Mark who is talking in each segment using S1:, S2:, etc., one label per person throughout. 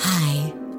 S1: Hi,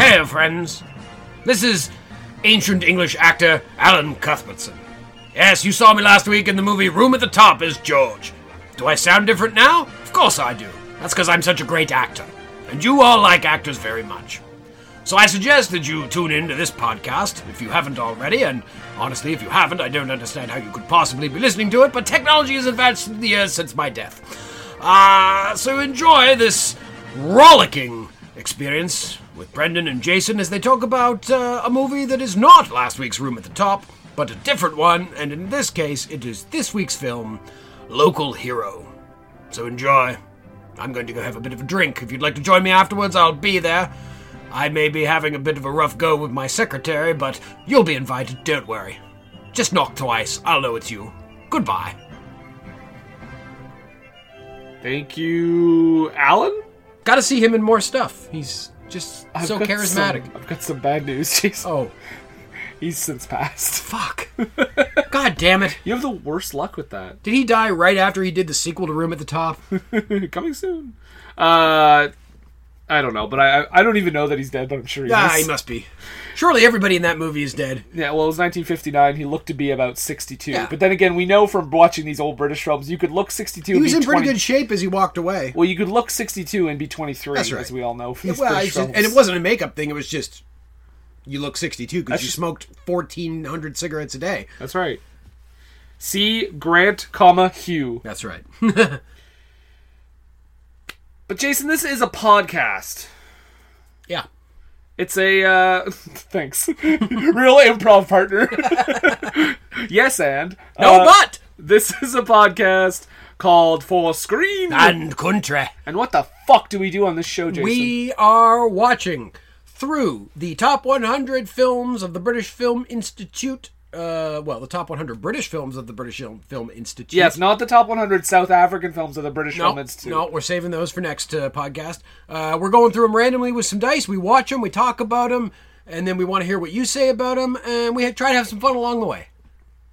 S2: Hello, friends. This is ancient English actor Alan Cuthbertson. Yes, you saw me last week in the movie Room at the Top as George. Do I sound different now? Of course I do. That's because I'm such a great actor. And you all like actors very much. So I suggest that you tune in to this podcast if you haven't already, and honestly, if you haven't, I don't understand how you could possibly be listening to it, but technology has advanced in the years since my death. Ah, so enjoy this rollicking experience with Brendan and Jason as they talk about uh, a movie that is not last week's Room at the Top, but a different one, and in this case, it is this week's film, Local Hero. So enjoy. I'm going to go have a bit of a drink. If you'd like to join me afterwards, I'll be there. I may be having a bit of a rough go with my secretary, but you'll be invited, don't worry. Just knock twice, I'll know it's you. Goodbye.
S3: Thank you, Alan.
S2: Gotta see him in more stuff. He's just
S3: I've
S2: so
S3: got
S2: charismatic.
S3: some- I've got some bad news. Jeez.
S2: Oh,
S3: He's since passed.
S2: fuck. God damn it.
S3: You have the worst luck with that.
S2: Did he die right after he did the sequel to Room at the Top?
S3: Coming soon. Uh, I don't know, but I I- I don't even know that he's dead, but I'm sure he
S2: Ah,
S3: is.
S2: he must be. Surely everybody in that movie is dead.
S3: Yeah, well, it was 1959. He looked to be about 62.
S2: Yeah.
S3: But then again, we know from watching these old British films, you could look
S4: He
S3: 62. and
S4: was
S3: be
S4: in pretty
S3: 20
S4: good shape as he walked away.
S3: Well, you could look 62 and be 23,
S4: That's right.
S3: as we all know from these
S4: well,
S3: British
S4: it's just- and
S3: films.
S4: it wasn't a makeup thing. It was just you look 62 because
S3: That's
S4: you
S3: just-
S4: smoked 1,400 cigarettes a day.
S3: That's right. C. Grant, comma Hugh.
S2: That's right.
S3: But Jason, this is a podcast.
S2: yeah.
S3: It's a uh thanks. Real improv partner. yes and
S2: No,
S3: Uh,
S2: but
S3: this is a podcast called For Screen.
S2: and country.
S3: and what the fuck do we do on this show, Jason?
S2: We are watching through the top 100 films of the British Film Institute. Uh, well, the top 100 British films of the British Film- Film Institute.
S3: Yes, not the top 100 South African films of the British
S2: No,
S3: Film Institute.
S2: no, we're saving those for next uh, podcast. Uh, we're going through them randomly with some dice. We watch them, we talk about them, and then we want to hear what you say about them, and we try to have some fun along the way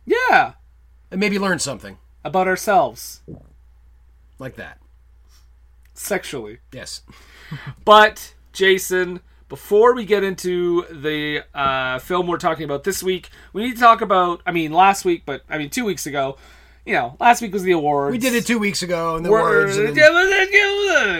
S3: Yeah,
S2: and maybe learn something
S3: about ourselves
S2: like that.
S3: sexually.
S2: Yes.
S3: But Jason, before we get into the uh, film we're talking about this week, we need to talk about. I mean, last week, but I mean, two weeks ago. You know, last week was the awards.
S2: We did it two weeks ago, and the words. and then-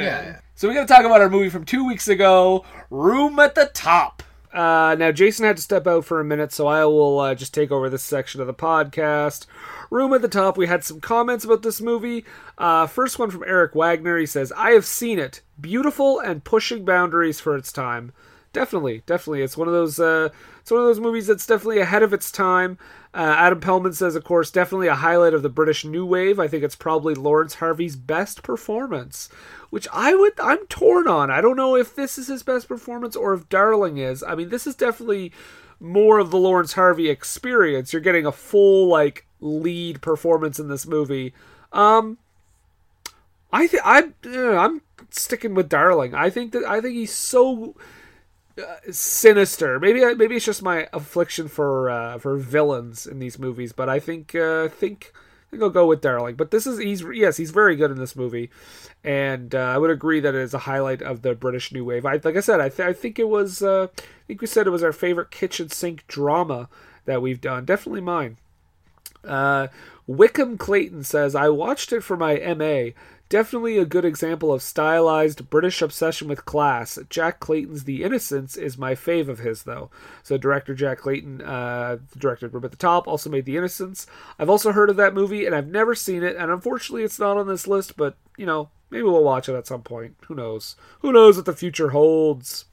S3: Yeah. So we got to talk about our movie from two weeks ago, Room at the Top. Uh, now Jason had to step out for a minute, so I will uh, just take over this section of the podcast. Room at the Top. We had some comments about this movie. Uh, first one from Eric Wagner. He says, "I have seen it. Beautiful and pushing boundaries for its time. Definitely, definitely. It's one of those. Uh, it's one of those movies that's definitely ahead of its time. Uh, Adam Pellman says, of course, definitely a highlight of the British New Wave. I think it's probably Lawrence Harvey's best performance, which I would. I'm torn on. I don't know if this is his best performance or if Darling is. I mean, this is definitely more of the Lawrence Harvey experience. You're getting a full like lead performance in this movie. Um, I think I uh, I'm sticking with Darling. I think that I think he's so uh, sinister. Maybe I- maybe it's just my affliction for uh, for villains in these movies, but I think uh, think think I'll go with Darling. But this is he's yes he's very good in this movie, and uh, I would agree that it is a highlight of the British New Wave. I like I said I, th- I think it was uh, I think we said it was our favorite kitchen sink drama that we've done. Definitely mine. Uh, Wickham Clayton says, I watched it for my MA. Definitely a good example of stylized British obsession with class. Jack Clayton's The Innocents is my fave of his, though. So, director Jack Clayton uh, directed Room at the Top, also made The Innocents. I've also heard of that movie, and I've never seen it, and unfortunately it's not on this list, but, you know, maybe we'll watch it at some point. Who knows? Who knows what the future holds?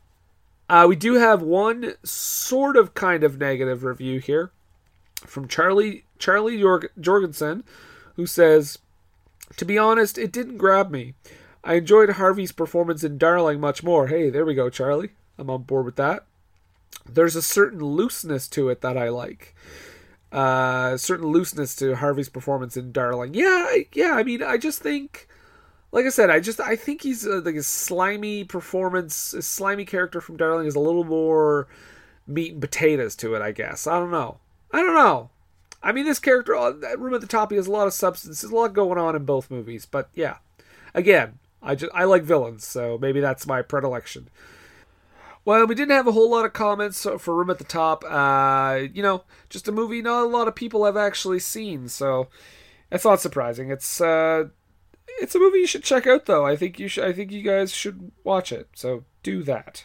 S3: Uh, we do have one sort of kind of negative review here from Charlie Charlie Jorg- Jorgensen, who says, "To be honest, it didn't grab me. I enjoyed Harvey's performance in Darling much more. Hey, there we go, Charlie. I'm on board with that. There's a certain looseness to it that I like. Uh, a certain looseness to Harvey's performance in Darling. Yeah, I- yeah. I mean, I just think." Like I said, I just I think he's uh, like his slimy performance, his slimy character from Darling is a little more meat and potatoes to it, I guess. I don't know. I don't know. I mean, this character, uh, that room at the top, he has a lot of substance. There's a lot going on in both movies, but yeah. Again, I just I like villains, so maybe that's my predilection. Well, we didn't have a whole lot of comments for Room at the Top. Uh, you know, just a movie not a lot of people have actually seen, so that's not surprising. It's uh, it's a movie you should check out, though. I think you should. I think you guys should watch it. So do that.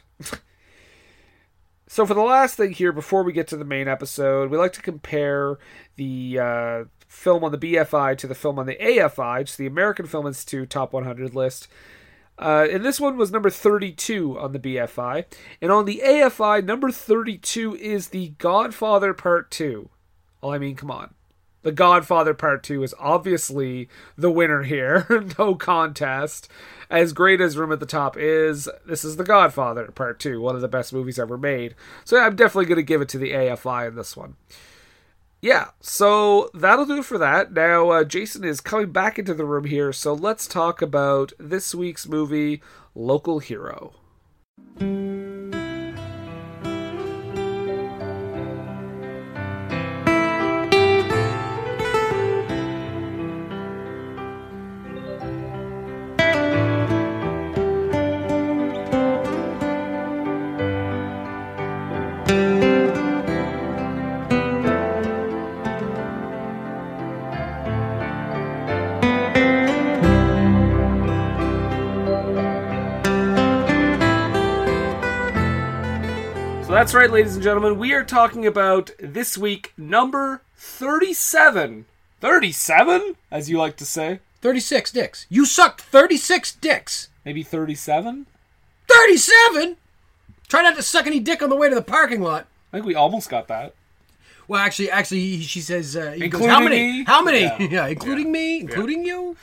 S3: So for the last thing here, before we get to the main episode, we like to compare the uh, film on the BFI to the film on the AFI, just the American Film Institute Top 100 list. Uh, and this one was number 32 on the BFI, and on the AFI, number 32 is The Godfather Part Two. Well, I mean, come on. The Godfather Part 2 is obviously the winner here. no contest. As great as Room at the Top is, this is The Godfather Part 2, one of the best movies ever made. So I'm definitely going to give it to the AFI in this one. Yeah, so that'll do it for that. Now, uh, Jason is coming back into the room here, so let's talk about this week's movie, Local Hero. So that's right, ladies and gentlemen. We are talking about this week number 37. 37, as you like to say.
S2: 36 dicks. You sucked 36 dicks.
S3: Maybe 37?
S2: 37? Try not to suck any dick on the way to the parking lot.
S3: I think we almost got that.
S2: Well, actually, actually, he- she says, uh, he goes,
S3: Including
S2: how many?
S3: me?
S2: How many?
S3: Yeah.
S2: Yeah, including me, including you.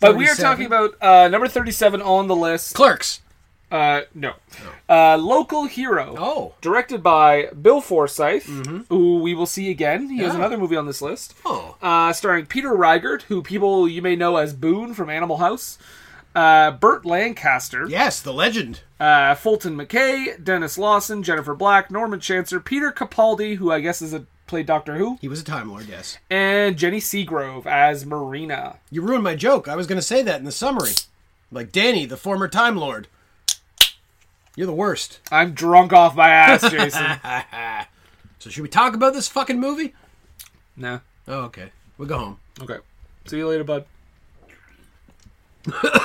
S3: But we are
S2: 37.
S3: talking about uh, number 37 on the list.
S2: Clerks.
S3: Uh, no. Uh, Local Hero.
S2: Oh. Mm-hmm.
S3: Directed by Bill Forsyth, who we will see again. He has
S2: Yeah.
S3: another movie on this list.
S2: Oh.
S3: Uh, starring Peter Reigert, who people you may know as Boone from Animal House. Uh, Burt Lancaster.
S2: Yes, the legend.
S3: uh, Fulton McKay, Dennis Lawson, Jennifer Black, Norman Chancer, Peter Capaldi, who I guess is a played Doctor Who,
S2: He was a Time Lord, yes.
S3: and Jenny Seagrove as Marina.
S2: You ruined my joke. I was going to say that in the summary. Like Danny, the former Time Lord. You're the worst.
S3: I'm drunk off my ass, Jason.
S2: So should we talk about this fucking movie?
S3: no.
S2: Oh, okay. We'll go home.
S3: Okay. See you later, bud.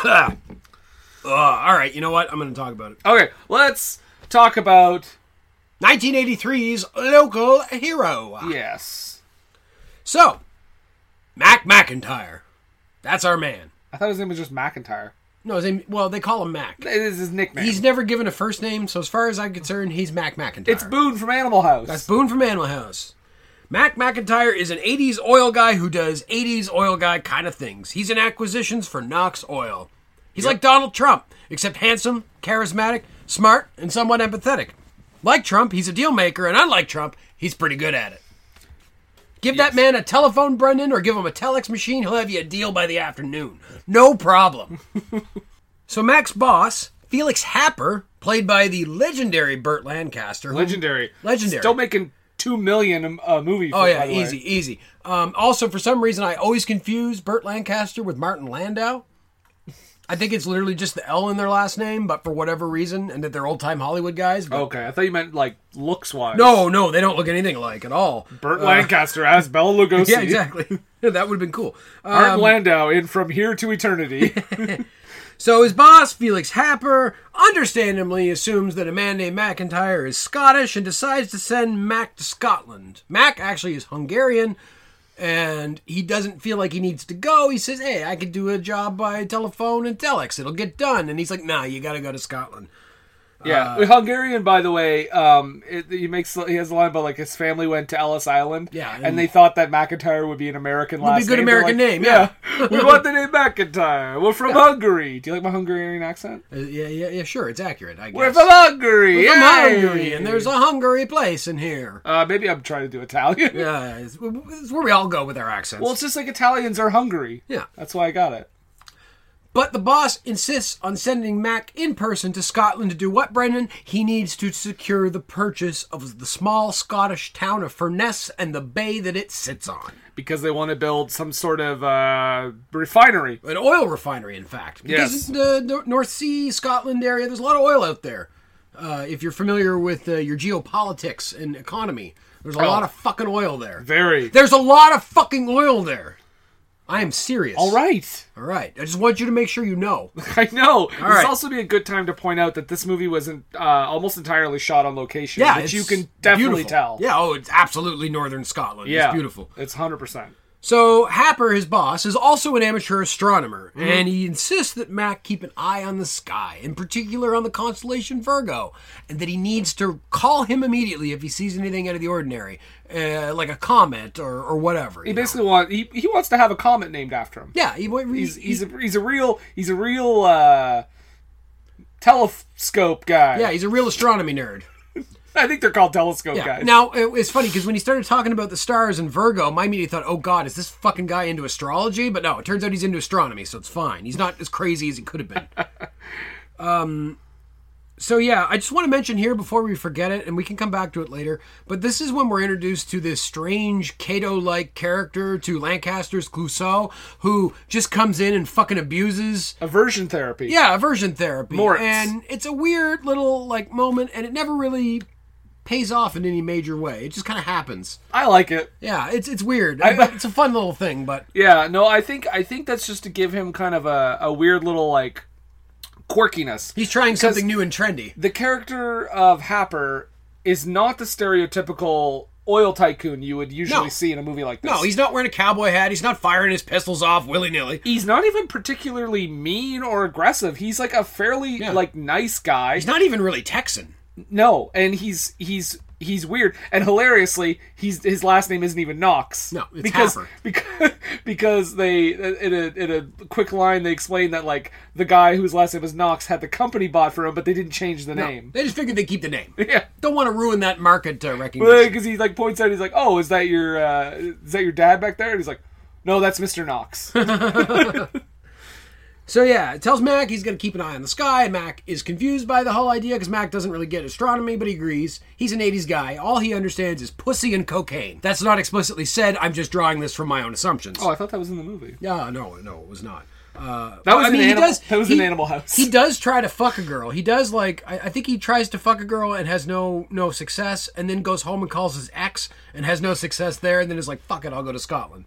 S2: Uh, all right, you know what? I'm going to talk about it.
S3: Okay, let's talk about
S2: 1983's local hero.
S3: yes.
S2: So, Mac McIntyre. That's our man.
S3: I thought his name was just McIntyre.
S2: No, his name, well, they call him Mac.
S3: It is his nickname.
S2: He's never given a first name, so as far as I'm concerned, he's Mac McIntyre.
S3: it's Boone from Animal House.
S2: That's Boone from Animal House. Mac McIntyre is an 80s oil guy who does 80s oil guy kind of things. He's in acquisitions for Knox Oil. He's like Donald Trump, except handsome, charismatic, smart, and somewhat empathetic. Like Trump, he's a deal maker, and unlike Trump, he's pretty good at it. Give that man a telephone, Brendan, or give him a telex machine, he'll have you a deal by the afternoon. No problem. so Mac's boss, Felix Happer, played by the legendary Burt Lancaster. who-
S3: legendary.
S2: Legendary.
S3: Still making two million a a movie. For,
S2: Oh yeah,
S3: by the way.
S2: easy, easy. Um, also, for some reason, I always confuse Burt Lancaster with Martin Landau. I think it's literally just the L in their last name, but for whatever reason, and that they're old time Hollywood guys. But
S3: Okay, I thought you meant like looks wise.
S2: no, no, they don't look anything alike at all.
S3: Burt Lancaster as Bela Lugosi.
S2: Yeah, exactly. that would have been cool. Uh,
S3: Martin Landau in From Here to Eternity.
S2: so his boss, Felix Happer, understandably assumes that a man named McIntyre is Scottish and decides to send Mac to Scotland. Mac actually is Hungarian, and he doesn't feel like he needs to go. He says, "Hey, I could do a job by telephone and telex. It'll get done." And he's like, "Nah, you got to go to Scotland."
S3: yeah,
S2: Uh,
S3: Hungarian. By the way, um, it, he makes he has a line about like his family went to Ellis Island.
S2: Yeah,
S3: and,
S2: and-
S3: they thought that McIntyre would be an American
S2: be
S3: last.
S2: a good
S3: name. They're
S2: American
S3: like,
S2: name, yeah.
S3: we want the name McIntyre. We're from Hungary. Do you like my Hungarian accent?
S2: Uh, yeah, yeah, yeah. Sure, it's accurate. I guess.
S3: We're from Hungary.
S2: From
S3: yay!
S2: Hungary, and there's a Hungary place in here.
S3: Uh, maybe I'm trying to do Italian.
S2: Yeah, it's, it's where we all go with our accents.
S3: Well, it's just like Italians are hungry.
S2: Yeah.
S3: That's why I got it.
S2: But the boss insists on sending Mac in person to Scotland to do what, Brendan? He needs to secure the purchase of the small Scottish town of Furness and the bay that it sits on.
S3: Because they want to build some sort of uh, refinery.
S2: An oil refinery, in fact. Because
S3: Yes.
S2: the Nor- North Sea, Scotland area, there's a lot of oil out there. Uh, if you're familiar with uh, your geopolitics and economy, there's a
S3: Oh.
S2: lot of fucking oil there.
S3: Very.
S2: There's a lot of fucking oil there. I am serious.
S3: All right.
S2: All right. I just want you to make sure you know.
S3: I know. this
S2: right.
S3: also be a good time to point out that this movie was in, uh, almost entirely shot on location,
S2: Yeah,
S3: which
S2: it's
S3: you can definitely
S2: beautiful.
S3: tell.
S2: Yeah, oh, it's absolutely northern Scotland.
S3: Yeah.
S2: It's beautiful.
S3: It's 100%.
S2: So Happer, his boss, is also an amateur astronomer,
S3: Mm-hmm.
S2: and he insists that Mac keep an eye on the sky, in particular on the constellation Virgo, and that he needs to call him immediately if he sees anything out of the ordinary, uh, like a comet or, or whatever.
S3: He
S2: you know.
S3: basically wants he, he wants to have a comet named after him.
S2: yeah, he, he,
S3: He's he's a, he's a real he's a real uh, telescope guy.
S2: yeah, he's a real astronomy nerd.
S3: I think they're called telescope
S2: Yeah.
S3: guys.
S2: Now it, it's funny because when he started talking about the stars and Virgo, my media thought, "Oh God, is this fucking guy into astrology?" But no, it turns out he's into astronomy, so it's fine. He's not as crazy as he could have been. um, so yeah, I just want to mention here before we forget it, and we can come back to it later. But this is when we're introduced to this strange Cato-like character to Lancaster's Clouseau, who just comes in and fucking abuses
S3: Aversion therapy.
S2: yeah, aversion therapy.
S3: Moritz.
S2: And it's a weird little like moment and it never really pays off in any major way. It just kind of happens.
S3: I like it.
S2: Yeah, it's it's weird.
S3: I-
S2: it's a fun little thing, but
S3: Yeah, no, I think I think that's just to give him kind of a, a weird little like quirkiness.
S2: he's trying something new and trendy.
S3: the character of Happer is not the stereotypical oil tycoon you would usually
S2: No.
S3: see in a movie like this.
S2: No, he's not wearing a cowboy hat. He's not firing his pistols off willy-nilly.
S3: he's not even particularly mean or aggressive. He's like a fairly
S2: Yeah.
S3: like nice guy.
S2: He's not even really Texan.
S3: no, and he's he's he's weird and hilariously he's his last name isn't even knox
S2: No, it's
S3: because
S2: Happer.
S3: because because they in a, in a quick line they explain that like the guy whose last name was knox had the company bought for him but they didn't change the
S2: No,
S3: name
S2: They just figured they keep the name.
S3: yeah
S2: Don't want to ruin that market uh, recognition.
S3: because he like points out he's like oh is that your uh, is that your dad back there and he's like no that's mr knox
S2: So yeah, it tells Mac he's going to keep an eye on the sky. Mac is confused by the whole idea because Mac doesn't really get astronomy, but he agrees. He's an 80s guy. All he understands is pussy and cocaine. That's not explicitly said. I'm just drawing this from my own assumptions.
S3: oh i thought that was in the movie
S2: Yeah, no, no, it was not. Uh,
S3: That was
S2: I
S3: an
S2: mean,
S3: animal-
S2: he does.
S3: that was
S2: he-
S3: an Animal House.
S2: He does try to fuck a girl. He does like I, I think he tries to fuck a girl and has no no success, and then goes home and calls his ex and has no success there, and then is like, "Fuck it, I'll go to Scotland."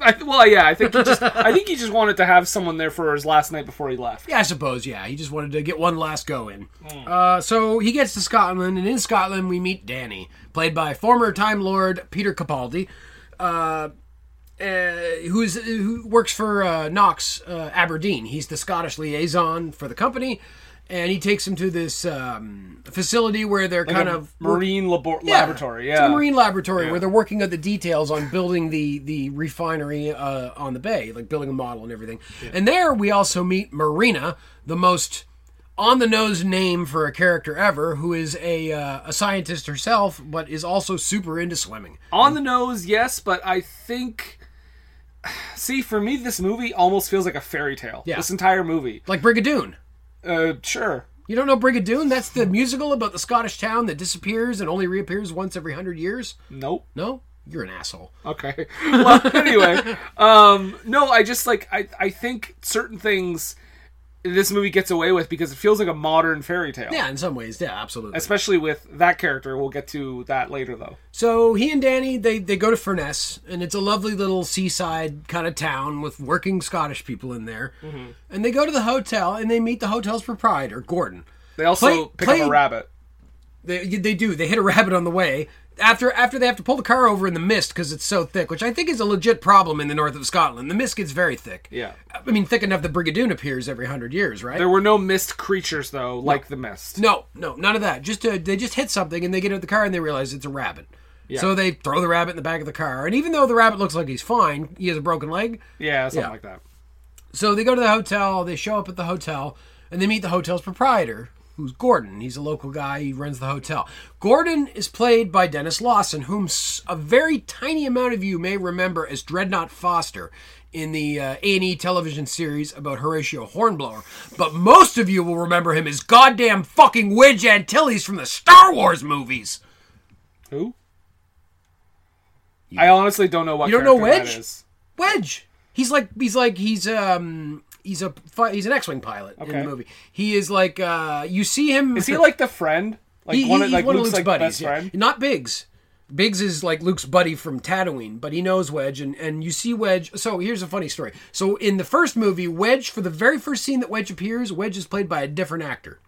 S3: I, well yeah i think he just i think he just wanted to have someone there for his last night before he left
S2: Yeah, I suppose. Yeah, he just wanted to get one last go in. Uh, so he gets to Scotland, and in Scotland we meet Danny, played by former Time Lord Peter Capaldi, uh, uh, who is who works for uh, Knox uh, Aberdeen. He's the Scottish liaison for the company, and he takes him to this um, facility where they're kind
S3: A
S2: of
S3: marine labo- laboratory
S2: it's
S3: yeah
S2: a marine laboratory where they're working out the details on building the the refinery uh, on the bay, like building a model and everything. And there we also meet Marina, the most on the nose name for a character ever, who is a uh, a scientist herself, but is also super into swimming.
S3: on the nose yes but i think see for me this movie almost feels like a fairy tale
S2: Yeah.
S3: this entire movie
S2: Like Brigadoon.
S3: uh sure
S2: You don't know Brigadoon? That's the musical about the Scottish town that disappears and only reappears once every hundred years?
S3: Nope.
S2: No? You're an asshole.
S3: Okay. Well, anyway, um, no, I just like I I think certain things this movie gets away with because it feels like a modern fairy tale.
S2: Yeah, in some ways. Yeah, absolutely.
S3: Especially with that character. We'll get to that later though.
S2: So he and Danny they they go to Furness, and it's a lovely little seaside kind of town with working Scottish people in there.
S3: Mm-hmm.
S2: And they go to the hotel and they meet the hotel's proprietor, Gordon.
S3: They also
S2: Play-
S3: pick
S2: play-
S3: up a rabbit.
S2: They they do they hit a rabbit on the way after after they have to pull the car over in the mist because it's so thick, which I think is a legit problem in the north of Scotland. The mist gets very thick.
S3: Yeah.
S2: I mean thick enough that Brigadoon appears every hundred years, right?
S3: There were no mist creatures though, like the mist.
S2: No, no, none of that. Just uh they just hit something and they get out of the car and they realize it's a rabbit. So they throw the rabbit in the back of the car, and even though the rabbit looks like he's fine, he has a broken leg.
S3: Yeah, something
S2: Yeah.
S3: like that.
S2: So they go to the hotel. They show up at the hotel, and they meet the hotel's proprietor, who's Gordon. He's a local guy. He runs the hotel. Gordon is played by Dennis Lawson, whom s- a very tiny amount of you may remember as Dreadnought Foster in the uh, A&E television series about Horatio Hornblower. But most of you will remember him as goddamn fucking Wedge Antilles from the Star Wars movies.
S3: Who? I honestly don't know what
S2: You don't know
S3: character
S2: Wedge?
S3: that is.
S2: Wedge. He's like he's like he's um he's a fi- he's an X-wing pilot in
S3: Okay.
S2: the movie. He is like uh you see him
S3: Is he like the friend? Like one
S2: he, he-
S3: of
S2: he's
S3: like
S2: one
S3: Luke's,
S2: of Luke's
S3: like,
S2: buddies,
S3: best
S2: yeah.
S3: friend?
S2: not Biggs. Biggs is like Luke's buddy from Tatooine, but he knows Wedge, and, and you see Wedge. So here's a funny story. So in the first movie, Wedge, for the very first scene that Wedge appears, Wedge is played by a different actor.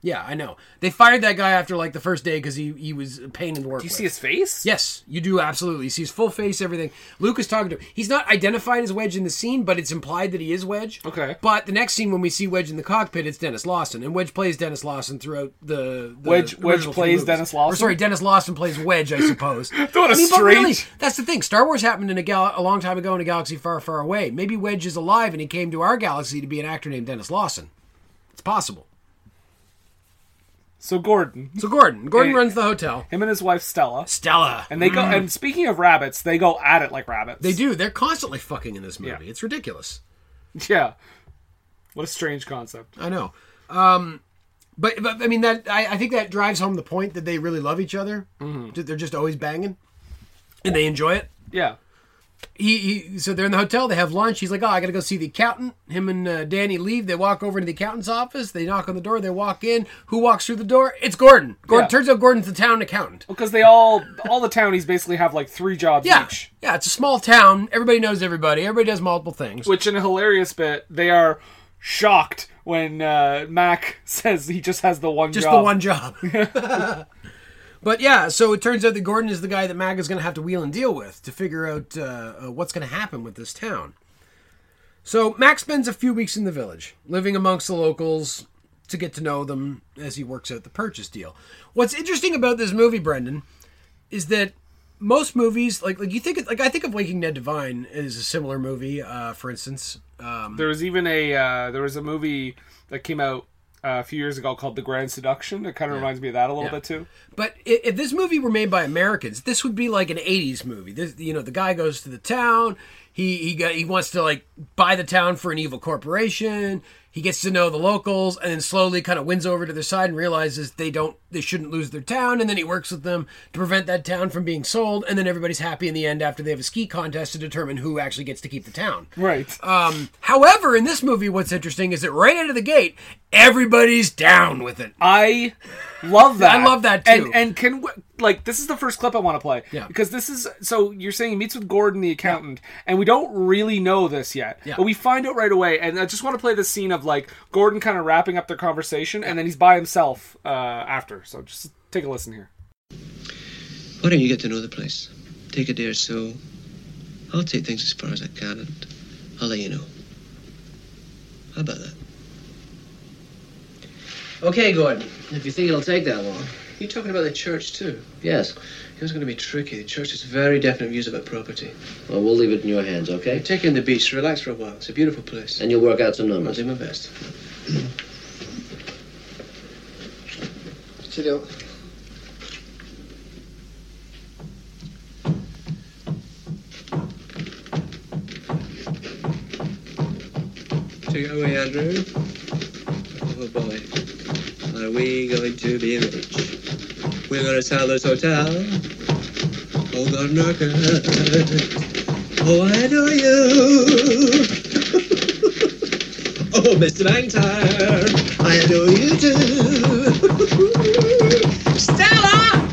S2: Yeah, I know. They fired that guy after like the first day because he, he was a pain in the work.
S3: Do you
S2: with.
S3: see his face?
S2: Yes, you do absolutely. You see his full face, everything. Luke is talking to him. He's not identified as Wedge in the scene, but it's implied that he is Wedge.
S3: Okay.
S2: But the next scene when we see Wedge in the cockpit, it's Dennis Lawson, and Wedge plays Dennis Lawson throughout the, the
S3: Wedge- Wedge
S2: original three
S3: plays
S2: movies.
S3: Dennis Lawson?
S2: Or, sorry, Dennis Lawson plays Wedge, I suppose.
S3: What a
S2: I mean, but really,
S3: strange-
S2: that's the thing. Star Wars happened in a gal a long time ago in a galaxy far, far away. Maybe Wedge is alive and he came to our galaxy to be an actor named Dennis Lawson. It's possible.
S3: So Gordon,
S2: So Gordon, Gordon
S3: Hey.
S2: runs the hotel.
S3: him and his wife Stella,
S2: Stella.
S3: and they go. And speaking of rabbits, they go at it like rabbits.
S2: Mm. They do. They're constantly fucking in this movie.
S3: Yeah.
S2: It's ridiculous.
S3: Yeah. What a strange concept.
S2: I know. Um, but, but I mean that I, I think that drives home the point that they really love each other. That They're just always banging, and they enjoy it.
S3: Yeah.
S2: He, he so they're in the hotel. They have lunch. He's like, "Oh, I gotta go see the accountant." Him and uh, Danny leave. They walk over to the accountant's office. They knock on the door. They walk in. Who walks through the door? It's Gordon. Gordon
S3: Yeah.
S2: turns out Gordon's the town accountant.
S3: Because they all, all the townies basically have like three jobs
S2: Yeah,
S3: each.
S2: yeah. It's a small town. Everybody knows everybody. Everybody does multiple things.
S3: Which, in a hilarious bit, they are shocked when uh, Mac says he just has the one
S2: just
S3: job.
S2: the one job. but yeah, so it turns out that Gordon is the guy that Mag is going to have to wheel and deal with to figure out uh, uh, what's going to happen with this town. So Mac spends a few weeks in the village, living amongst the locals to get to know them as he works out the purchase deal. What's interesting about this movie, Brendan, is that most movies, like like you think, like I think of Waking Ned Divine as a similar movie. Uh, for instance,
S3: There was even a, uh, there was a movie that came out uh, a few years ago called The Grand Seduction. It kind of reminds me of that a little bit too.
S2: But i- if this movie were made by Americans, this would be like an '80s movie. This, you know, the guy goes to the town. He he got, he wants to like buy the town for an evil corporation. He gets to know the locals, and then slowly kind of wins over to their side and realizes they don't they shouldn't lose their town. And then he works with them to prevent that town from being sold. And then everybody's happy in the end after they have a ski contest to determine who actually gets to keep the town.
S3: Right.
S2: Um, however, in this movie, what's interesting is that right out of the gate, everybody's down with it.
S3: I love that.
S2: I love that, too.
S3: And and can we, like this is the first clip I want to play.
S2: Yeah.
S3: Because this is so you're saying he meets with Gordon the accountant, and we don't really know this yet,
S2: Yeah.
S3: but we find out right away. And I just want to play this scene of like Gordon kind of wrapping up their conversation, and then he's by himself uh, after. So just take a listen here.
S5: Why don't you get to know the place? Take a day or so. I'll take things as far as I can and I'll let you know. How about that?
S6: Okay, Gordon, if you think it'll take that long.
S5: You're talking about the church too.
S6: Yes.
S5: Here's going to be tricky. The church has very definite views about property.
S6: Well, we'll leave it in your hands, okay?
S5: Take in the beach, relax for a while. It's a beautiful place.
S6: And you'll work out some
S5: I'll
S6: numbers.
S5: do my best.
S6: Cheerio.
S5: Take it away, Andrew. Oh boy. Are we going to be rich? We're going to sell this hotel. Oh, Governor Kurt. Oh, I know you. oh, Mr. McIntyre. I know you too. Stella!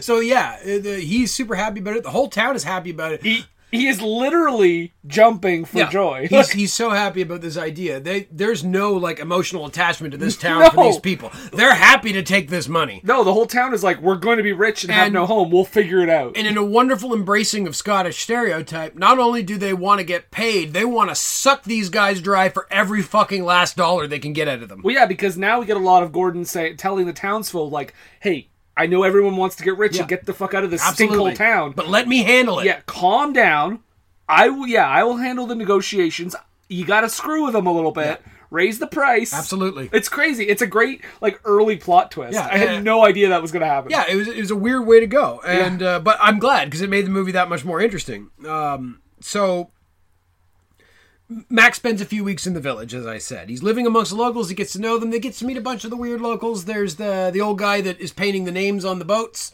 S2: So yeah, uh, the, he's super happy about it. The whole town is happy about it.
S3: He, he is literally jumping for
S2: Yeah,
S3: joy.
S2: He's, he's so happy about this idea. They there's no like emotional attachment to this town for
S3: No.
S2: these people. They're happy to take this money.
S3: no, the whole town is like, we're going to be rich and, have
S2: And-
S3: no home. We'll figure it out.
S2: And in a wonderful embracing of Scottish stereotype, not only do they want to get paid, they want to suck these guys dry for every fucking last dollar they can get out of them.
S3: Well, yeah, because now we get a lot of Gordon say, telling the townsfolk, like, hey, I know everyone wants to get rich and get the fuck out of this stinkhole town.
S2: But let me handle it.
S3: yeah, calm down. I will, yeah, I will handle the negotiations. You got to screw with them a little bit. Raise the price.
S2: Absolutely.
S3: It's crazy. It's a great, like, early plot twist.
S2: Yeah,
S3: I had
S2: yeah.
S3: no idea that was going to happen.
S2: Yeah, it was it was a weird way to go, and uh, but I'm glad because it made the movie that much more interesting. Um, so Max spends a few weeks in the village, as I said. He's living amongst the locals. He gets to know them. They gets to meet a bunch of the weird locals. There's the the old guy that is painting the names on the boats.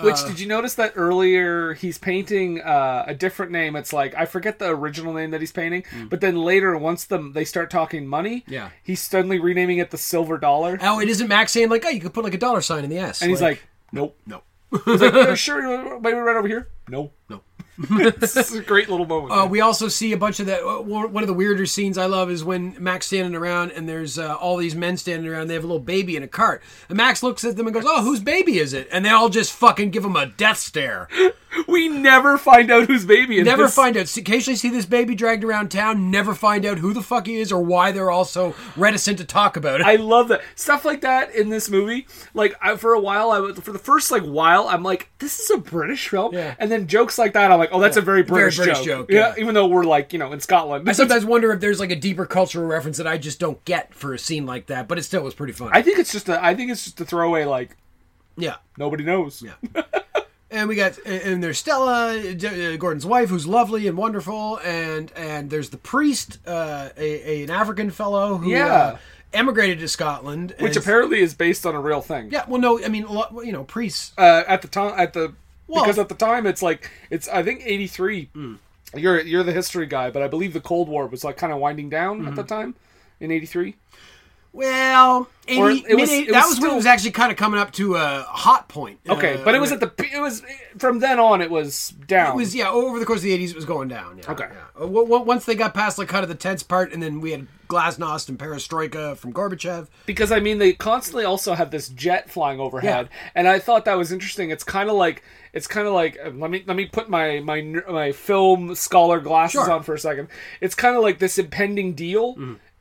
S3: Which,
S2: uh,
S3: did you notice that earlier he's painting uh, a different name? It's like, I forget the original name that he's painting, but then later, once them they start talking money,
S2: Mm. Yeah.
S3: he's suddenly renaming it the Silver Dollar.
S2: Oh, it isn't Max saying like, "Oh, you could put like a dollar sign in the S."
S3: And he's like, nope.
S2: "No."
S3: He's like, "You're sure maybe right over here? No.
S2: No.
S3: this is a great little moment.
S2: Uh, we also see a bunch of that. uh, One of the weirder scenes I love is when Max standing around and there's uh, all these men standing around. They have a little baby in a cart, and Max looks at them and goes, "Oh, whose baby is it?" And they all just fucking give him a death stare.
S3: we never find out whose baby is
S2: Never
S3: this.
S2: find out. Occasionally see this baby dragged around town. Never find out who the fuck he is or why they're all so reticent to talk about it.
S3: I love that stuff like that in this movie. Like I, for a while, I was for the first like while, I'm like, this is a British film,
S2: Yeah.
S3: and then jokes like that, I'm like, oh, that's a very British,
S2: British
S3: joke.
S2: joke,
S3: yeah.
S2: yeah.
S3: even though we're like you know in Scotland.
S2: I sometimes wonder if there's like a deeper cultural reference that I just don't get for a scene like that, but it still was pretty fun.
S3: I think it's just a I think it's just a throwaway. Like
S2: yeah.
S3: nobody knows. Yeah.
S2: And we got and there's Stella, uh, Gordon's wife, who's lovely and wonderful, and and there's the priest, uh, a, a an African fellow who
S3: Yeah.
S2: uh, emigrated to Scotland,
S3: Which
S2: and-
S3: apparently is based on a real thing.
S2: yeah, well, no, I mean, a lot- well, you know, priests.
S3: uh, at the time at the
S2: Well- Hmm.
S3: because at the time it's like it's I think eighty three. You're you're the history guy, but I believe the Cold War was like kind of winding down at the
S2: Mm-hmm.
S3: time in eighty three.
S2: Well, 80,
S3: Or it was-
S2: mid-
S3: it
S2: that
S3: was
S2: was when it was
S3: still-
S2: actually kind of coming up to a hot point.
S3: Okay,
S2: Uh,
S3: but it was at the p- it was from then on it was down.
S2: it was yeah over the course of the '80s, it was going down. Yeah,
S3: Okay.
S2: yeah. Uh, w- w- once they got past like kind of the tense part, and then we had Glasnost and Perestroika from Gorbachev.
S3: because I mean they constantly also had this jet flying overhead, and I thought that was interesting. It's kind of like it's kind of like uh, let me let me put my my ner- my film scholar glasses
S2: Sure.
S3: on for a second. It's kind of like this impending deal.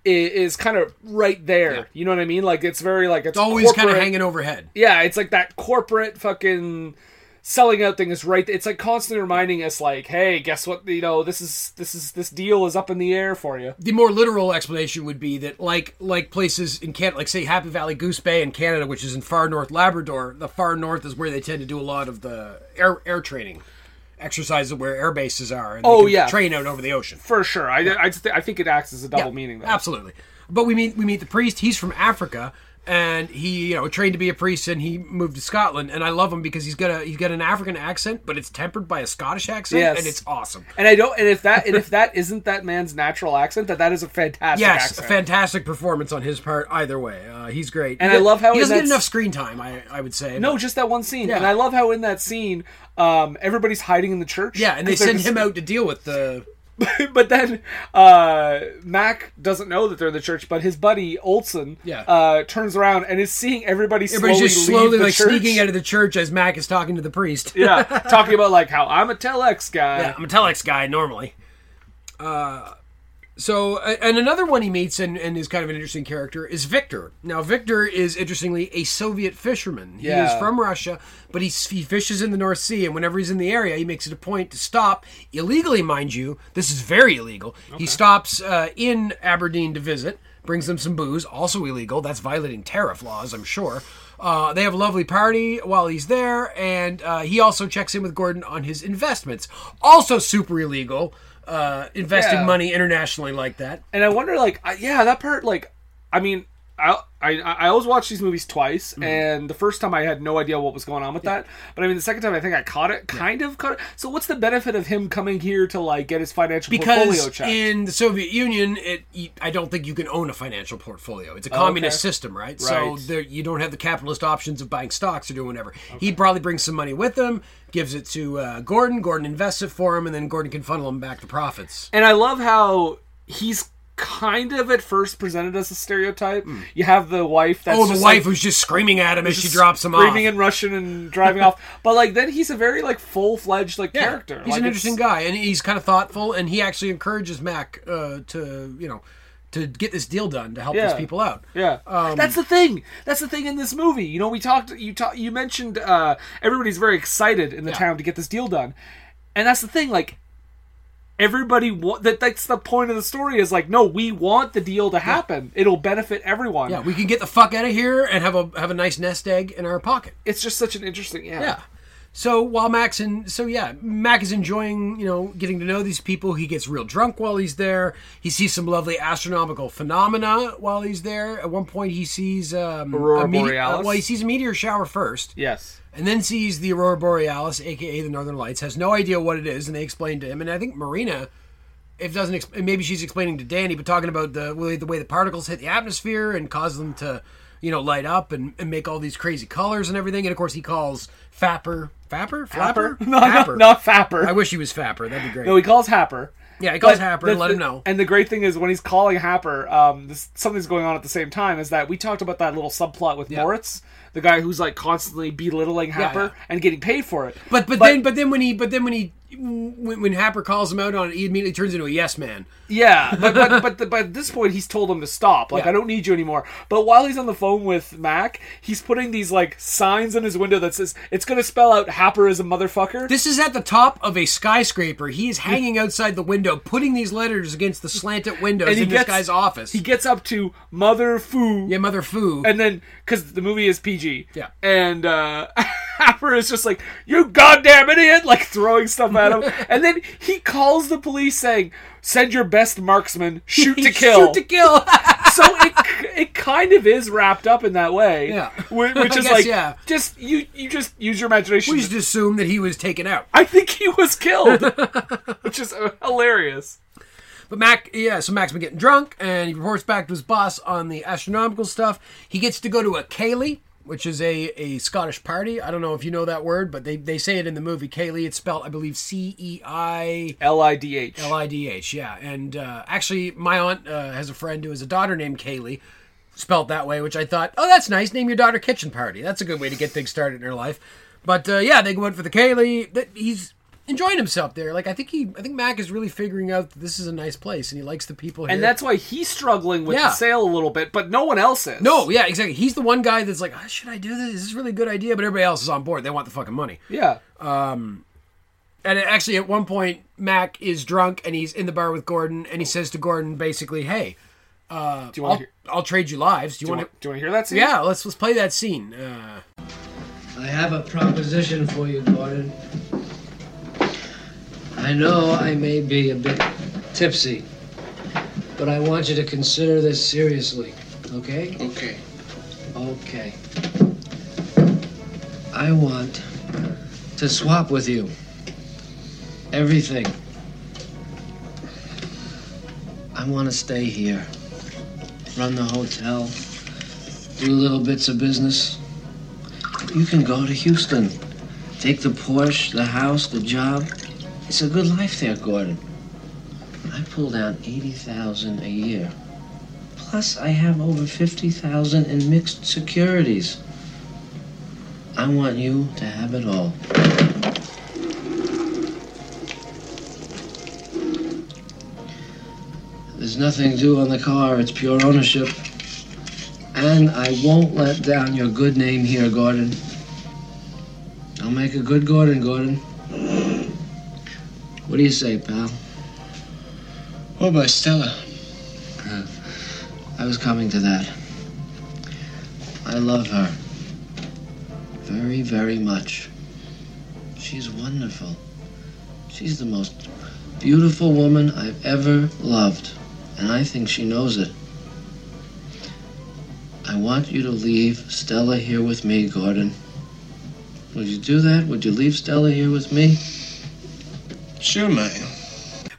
S3: i- Is kind of right there, you know what I mean? Like it's very like it's
S2: It's always kind of
S3: corporate.
S2: hanging overhead.
S3: Yeah, it's like that corporate fucking selling out thing is right. It's like constantly reminding us, like, hey, guess what? You know, this is this is this deal is up in the air for you.
S2: the more literal explanation would be that like like places in Canada, like say Happy Valley Goose Bay in Canada, which is in far north Labrador, the far north is where they tend to do a lot of the air air training exercises where air bases are. And they
S3: Oh,
S2: can
S3: yeah.
S2: train out over the ocean.
S3: For sure. I I, just, I think it acts as a double
S2: Yeah,
S3: meaning. Though.
S2: Absolutely. But we meet we meet the priest. He's from Africa, and he you know trained to be a priest, and he moved to Scotland. And I love him because he's got a he's got an African accent, but it's tempered by a Scottish accent,
S3: Yes.
S2: and it's awesome.
S3: And I don't. And if that and if that isn't that man's natural accent, that that is a fantastic
S2: Yes,
S3: accent.
S2: fantastic performance on his part. Either way, uh, he's great.
S3: And
S2: He-
S3: I love how
S2: he
S3: in
S2: doesn't
S3: that
S2: get enough
S3: s-
S2: screen time. I, I would say
S3: no,
S2: but-
S3: just that one scene.
S2: Yeah.
S3: And I love how in that scene, um, everybody's hiding in the church.
S2: yeah, and they
S3: 'Cause they're
S2: send
S3: just-
S2: him out to deal with the
S3: but then uh, Mac doesn't know that they're in the church, but his buddy Olson
S2: Yeah.
S3: uh, turns around and is seeing everybody slowly
S2: everybody's just
S3: leave
S2: slowly
S3: the
S2: like
S3: church.
S2: sneaking out of the church as Mac is talking to the priest.
S3: yeah, talking about like how I'm a telex guy.
S2: Yeah, I'm a telex guy normally. Uh, so, a- and another one he meets and, and is kind of an interesting character is Victor. Now, Victor is interestingly a Soviet fisherman. He is
S3: Yeah.
S2: from Russia, but he, he fishes in the North Sea, and whenever he's in the area, he makes it a point to stop illegally, mind you. This is very illegal. He stops uh, in Aberdeen to visit, brings them some booze, also illegal. That's violating tariff laws, I'm sure. Uh, they have a lovely party while he's there, and uh, he also checks in with Gordon on his investments. Also, super illegal uh, investing
S3: Yeah.
S2: money internationally like that.
S3: And I wonder, like, I, yeah, that part, like, I mean, I, I I always watch these movies twice,
S2: Mm-hmm.
S3: and the first time I had no idea what was going on with that. But I mean, the second time I think I caught it, kind of caught it. So what's the benefit of him coming here to like get his financial portfolio
S2: because
S3: checked?
S2: in the Soviet Union, it you- I don't think you can own a financial portfolio. It's a communist system, right? So
S3: Oh, Right.
S2: there, you don't have the capitalist options of buying stocks or doing whatever. He'd probably bring some money with him, gives it to uh, Gordon. Gordon invests it for him, and then Gordon can funnel him back the profits.
S3: And I love how he's kind of at first presented as a stereotype. You have the wife that's
S2: Mm. oh, the
S3: just,
S2: wife
S3: like,
S2: who's just screaming at him as she drops him off.
S3: screaming in Russian and driving off. But like then he's a very like full fledged like
S2: Yeah,
S3: character.
S2: He's
S3: Like,
S2: an
S3: it's-
S2: interesting guy, and he's kind of thoughtful, and he actually encourages Mac uh, to you know to get this deal done to help
S3: Yeah.
S2: these people out.
S3: Yeah,
S2: Um,
S3: that's the thing. That's the thing in this movie. You know, we talked. You talk, You mentioned uh, everybody's very excited in the town to get this deal done, and that's the thing. Like everybody, wa- that that's the point of the story. Is like, no, we want the deal to happen. It'll benefit everyone.
S2: Yeah, we can get the fuck out of here and have a have a nice nest egg in our pocket.
S3: It's just such an interesting. Yeah.
S2: Yeah. So while Mac's in, so yeah, Mac is enjoying, you know, getting to know these people. He gets real drunk while he's there. He sees some lovely astronomical phenomena while he's there. At one point, he sees um,
S3: Aurora
S2: a mete-
S3: borealis?
S2: uh, well, he sees a meteor shower first,
S3: Yes.
S2: and then sees the aurora borealis, aka the northern lights. Has no idea what it is, and they explain to him. And I think Marina, if doesn't, ex- maybe she's explaining to Danny, but talking about the way the way the particles hit the atmosphere and cause them to, you know, light up and, and make all these crazy colors and everything. And of course, he calls Fapper, Fapper, Flapper,
S3: No, not,
S2: Fapper.
S3: not Fapper.
S2: I wish he was Fapper. That'd be great.
S3: no, he calls Happer.
S2: yeah, he calls
S3: But
S2: Happer
S3: the-
S2: and let him know.
S3: And the great thing is when he's calling Happer, um, this, something's going on at the same time. Is that we talked about that little subplot with Moritz, the guy who's like constantly belittling Happer
S2: yeah.
S3: and getting paid for it.
S2: But, but then but then when he but then when he when, when Happer calls him out on it, he immediately turns into a yes man.
S3: yeah, but but but, the, but at this point he's told him to stop. Like
S2: Yeah.
S3: I don't need you anymore. But while he's on the phone with Mac, he's putting these like signs in his window that says it's going to spell out Happer is a motherfucker.
S2: This is at the top of a skyscraper. He is hanging outside the window, putting these letters against the slanted windows in this guy's office.
S3: He gets up to mother foo.
S2: yeah, mother foo.
S3: and then because the movie is PG,
S2: Yeah.
S3: and uh, Happer is just like, "You goddamn idiot!" like throwing stuff at him, and then he calls the police saying, "Send your best marksman, shoot to kill."
S2: Shoot to kill.
S3: so it it kind of is wrapped up in that way,
S2: Yeah.
S3: whi- which
S2: I
S3: is
S2: guess,
S3: like,
S2: yeah.
S3: just you you just use your imagination.
S2: we just assume that he was taken out.
S3: I think he was killed, which is uh, hilarious.
S2: But Mac, yeah, so Mac's been getting drunk, and he reports back to his boss on the astronomical stuff. He gets to go to a Cayley, which is a, a Scottish party. I don't know if you know that word, but they, they say it in the movie Cayley. It's spelled, I believe, C E I.
S3: L I D H.
S2: L I D H, yeah. And uh, actually, my aunt uh, has a friend who has a daughter named Kaylee, spelt that way, which I thought, oh, that's nice. Name your daughter Kitchen Party. That's a good way to get things started in her life. But uh, yeah, they go out for the Kaylee. That he's enjoying himself there. Like I think he, I think Mac is really figuring out that this is a nice place and he likes the people here.
S3: And that's why he's struggling with
S2: Yeah.
S3: the sale a little bit, but no one else is.
S2: no, yeah, exactly. He's the one guy that's like, oh, should I do this? Is this really a good idea? But everybody else is on board. They want the fucking money.
S3: Yeah.
S2: Uh, And actually, at one point, Mac is drunk and he's in the bar with Gordon, and he says to Gordon, basically, "Hey,
S3: Do you
S2: I'll,
S3: want to?
S2: I'll trade you lives. Do you,
S3: Do you
S2: want
S3: want
S2: to?"
S3: to hear that scene?
S2: Yeah, let's let's play that scene. Uh,
S6: I have a proposition for you, Gordon. I know I may be a bit tipsy, but I want you to consider this seriously, okay?
S5: Okay.
S6: Okay. I want to swap with you everything. I want to stay here, run the hotel, do little bits of business. You can go to Houston, take the Porsche, the house, the job. It's a good life there, Gordon. I pull down 80,000 a year. Plus, I have over 50,000 in mixed securities. I want you to have it all. There's nothing due on the car, it's pure ownership. And I won't let down your good name here, Gordon. I'll make a good Gordon, Gordon. What do you say, pal?
S5: What about Stella?
S6: Uh, I was coming to that. I love her. Very, very much. She's wonderful. She's the most beautiful woman I've ever loved, and I think she knows it. I want you to leave Stella here with me, Gordon. Would you do that? Would you leave Stella here with me?
S5: Sure, Michael.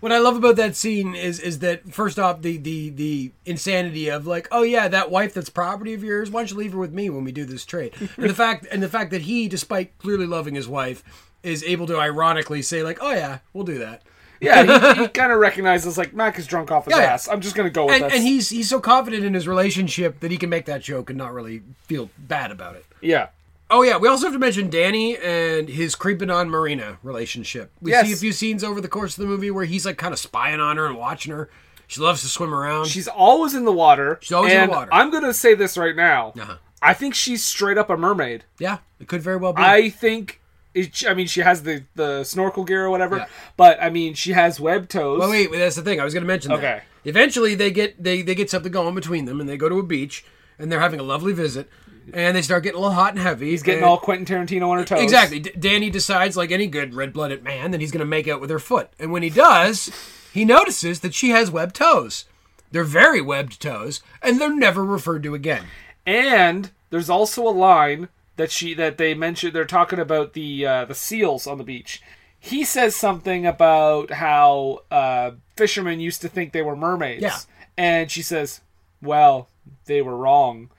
S2: What I love about that scene is is that first off the the the insanity of like oh yeah that wife that's property of yours why don't you leave her with me when we do this trade and the fact and the fact that he despite clearly loving his wife is able to ironically say like oh yeah we'll do that
S3: Yeah, he, he kind of recognizes like Mac is drunk off his
S2: Yeah, yeah.
S3: ass. I'm just gonna go with
S2: and,
S3: this.
S2: and he's he's so confident in his relationship that he can make that joke and not really feel bad about it.
S3: yeah,
S2: Oh yeah, we also have to mention Danny and his creeping on Marina relationship. We
S3: Yes.
S2: see a few scenes over the course of the movie where he's like kind of spying on her and watching her. She loves to swim around.
S3: she's always in the water. She's
S2: always in the water.
S3: I'm gonna say this right now.
S2: Uh-huh.
S3: I think she's straight up a mermaid.
S2: yeah, it could very well be.
S3: I think. It, I mean, she has the, the snorkel gear or whatever,
S2: Yeah.
S3: but I mean, she has web toes.
S2: Well, Oh, wait, wait, that's the thing. I was going to mention that.
S3: Okay.
S2: Eventually, they get they they get something going between them, and they go to a beach, and they're having a lovely visit, and they start getting a little hot and heavy.
S3: He's getting all Quentin Tarantino on her toes.
S2: Exactly. D- Danny decides, like any good red blooded man, that he's going to make out with her foot. And when he does, he notices that she has webbed toes. They're very webbed toes, and they're never referred to again.
S3: And there's also a line that she that they mentioned. They're talking about the uh, the seals on the beach. He says something about how uh, fishermen used to think they were mermaids.
S2: Yeah.
S3: And she says, "Well, they were wrong."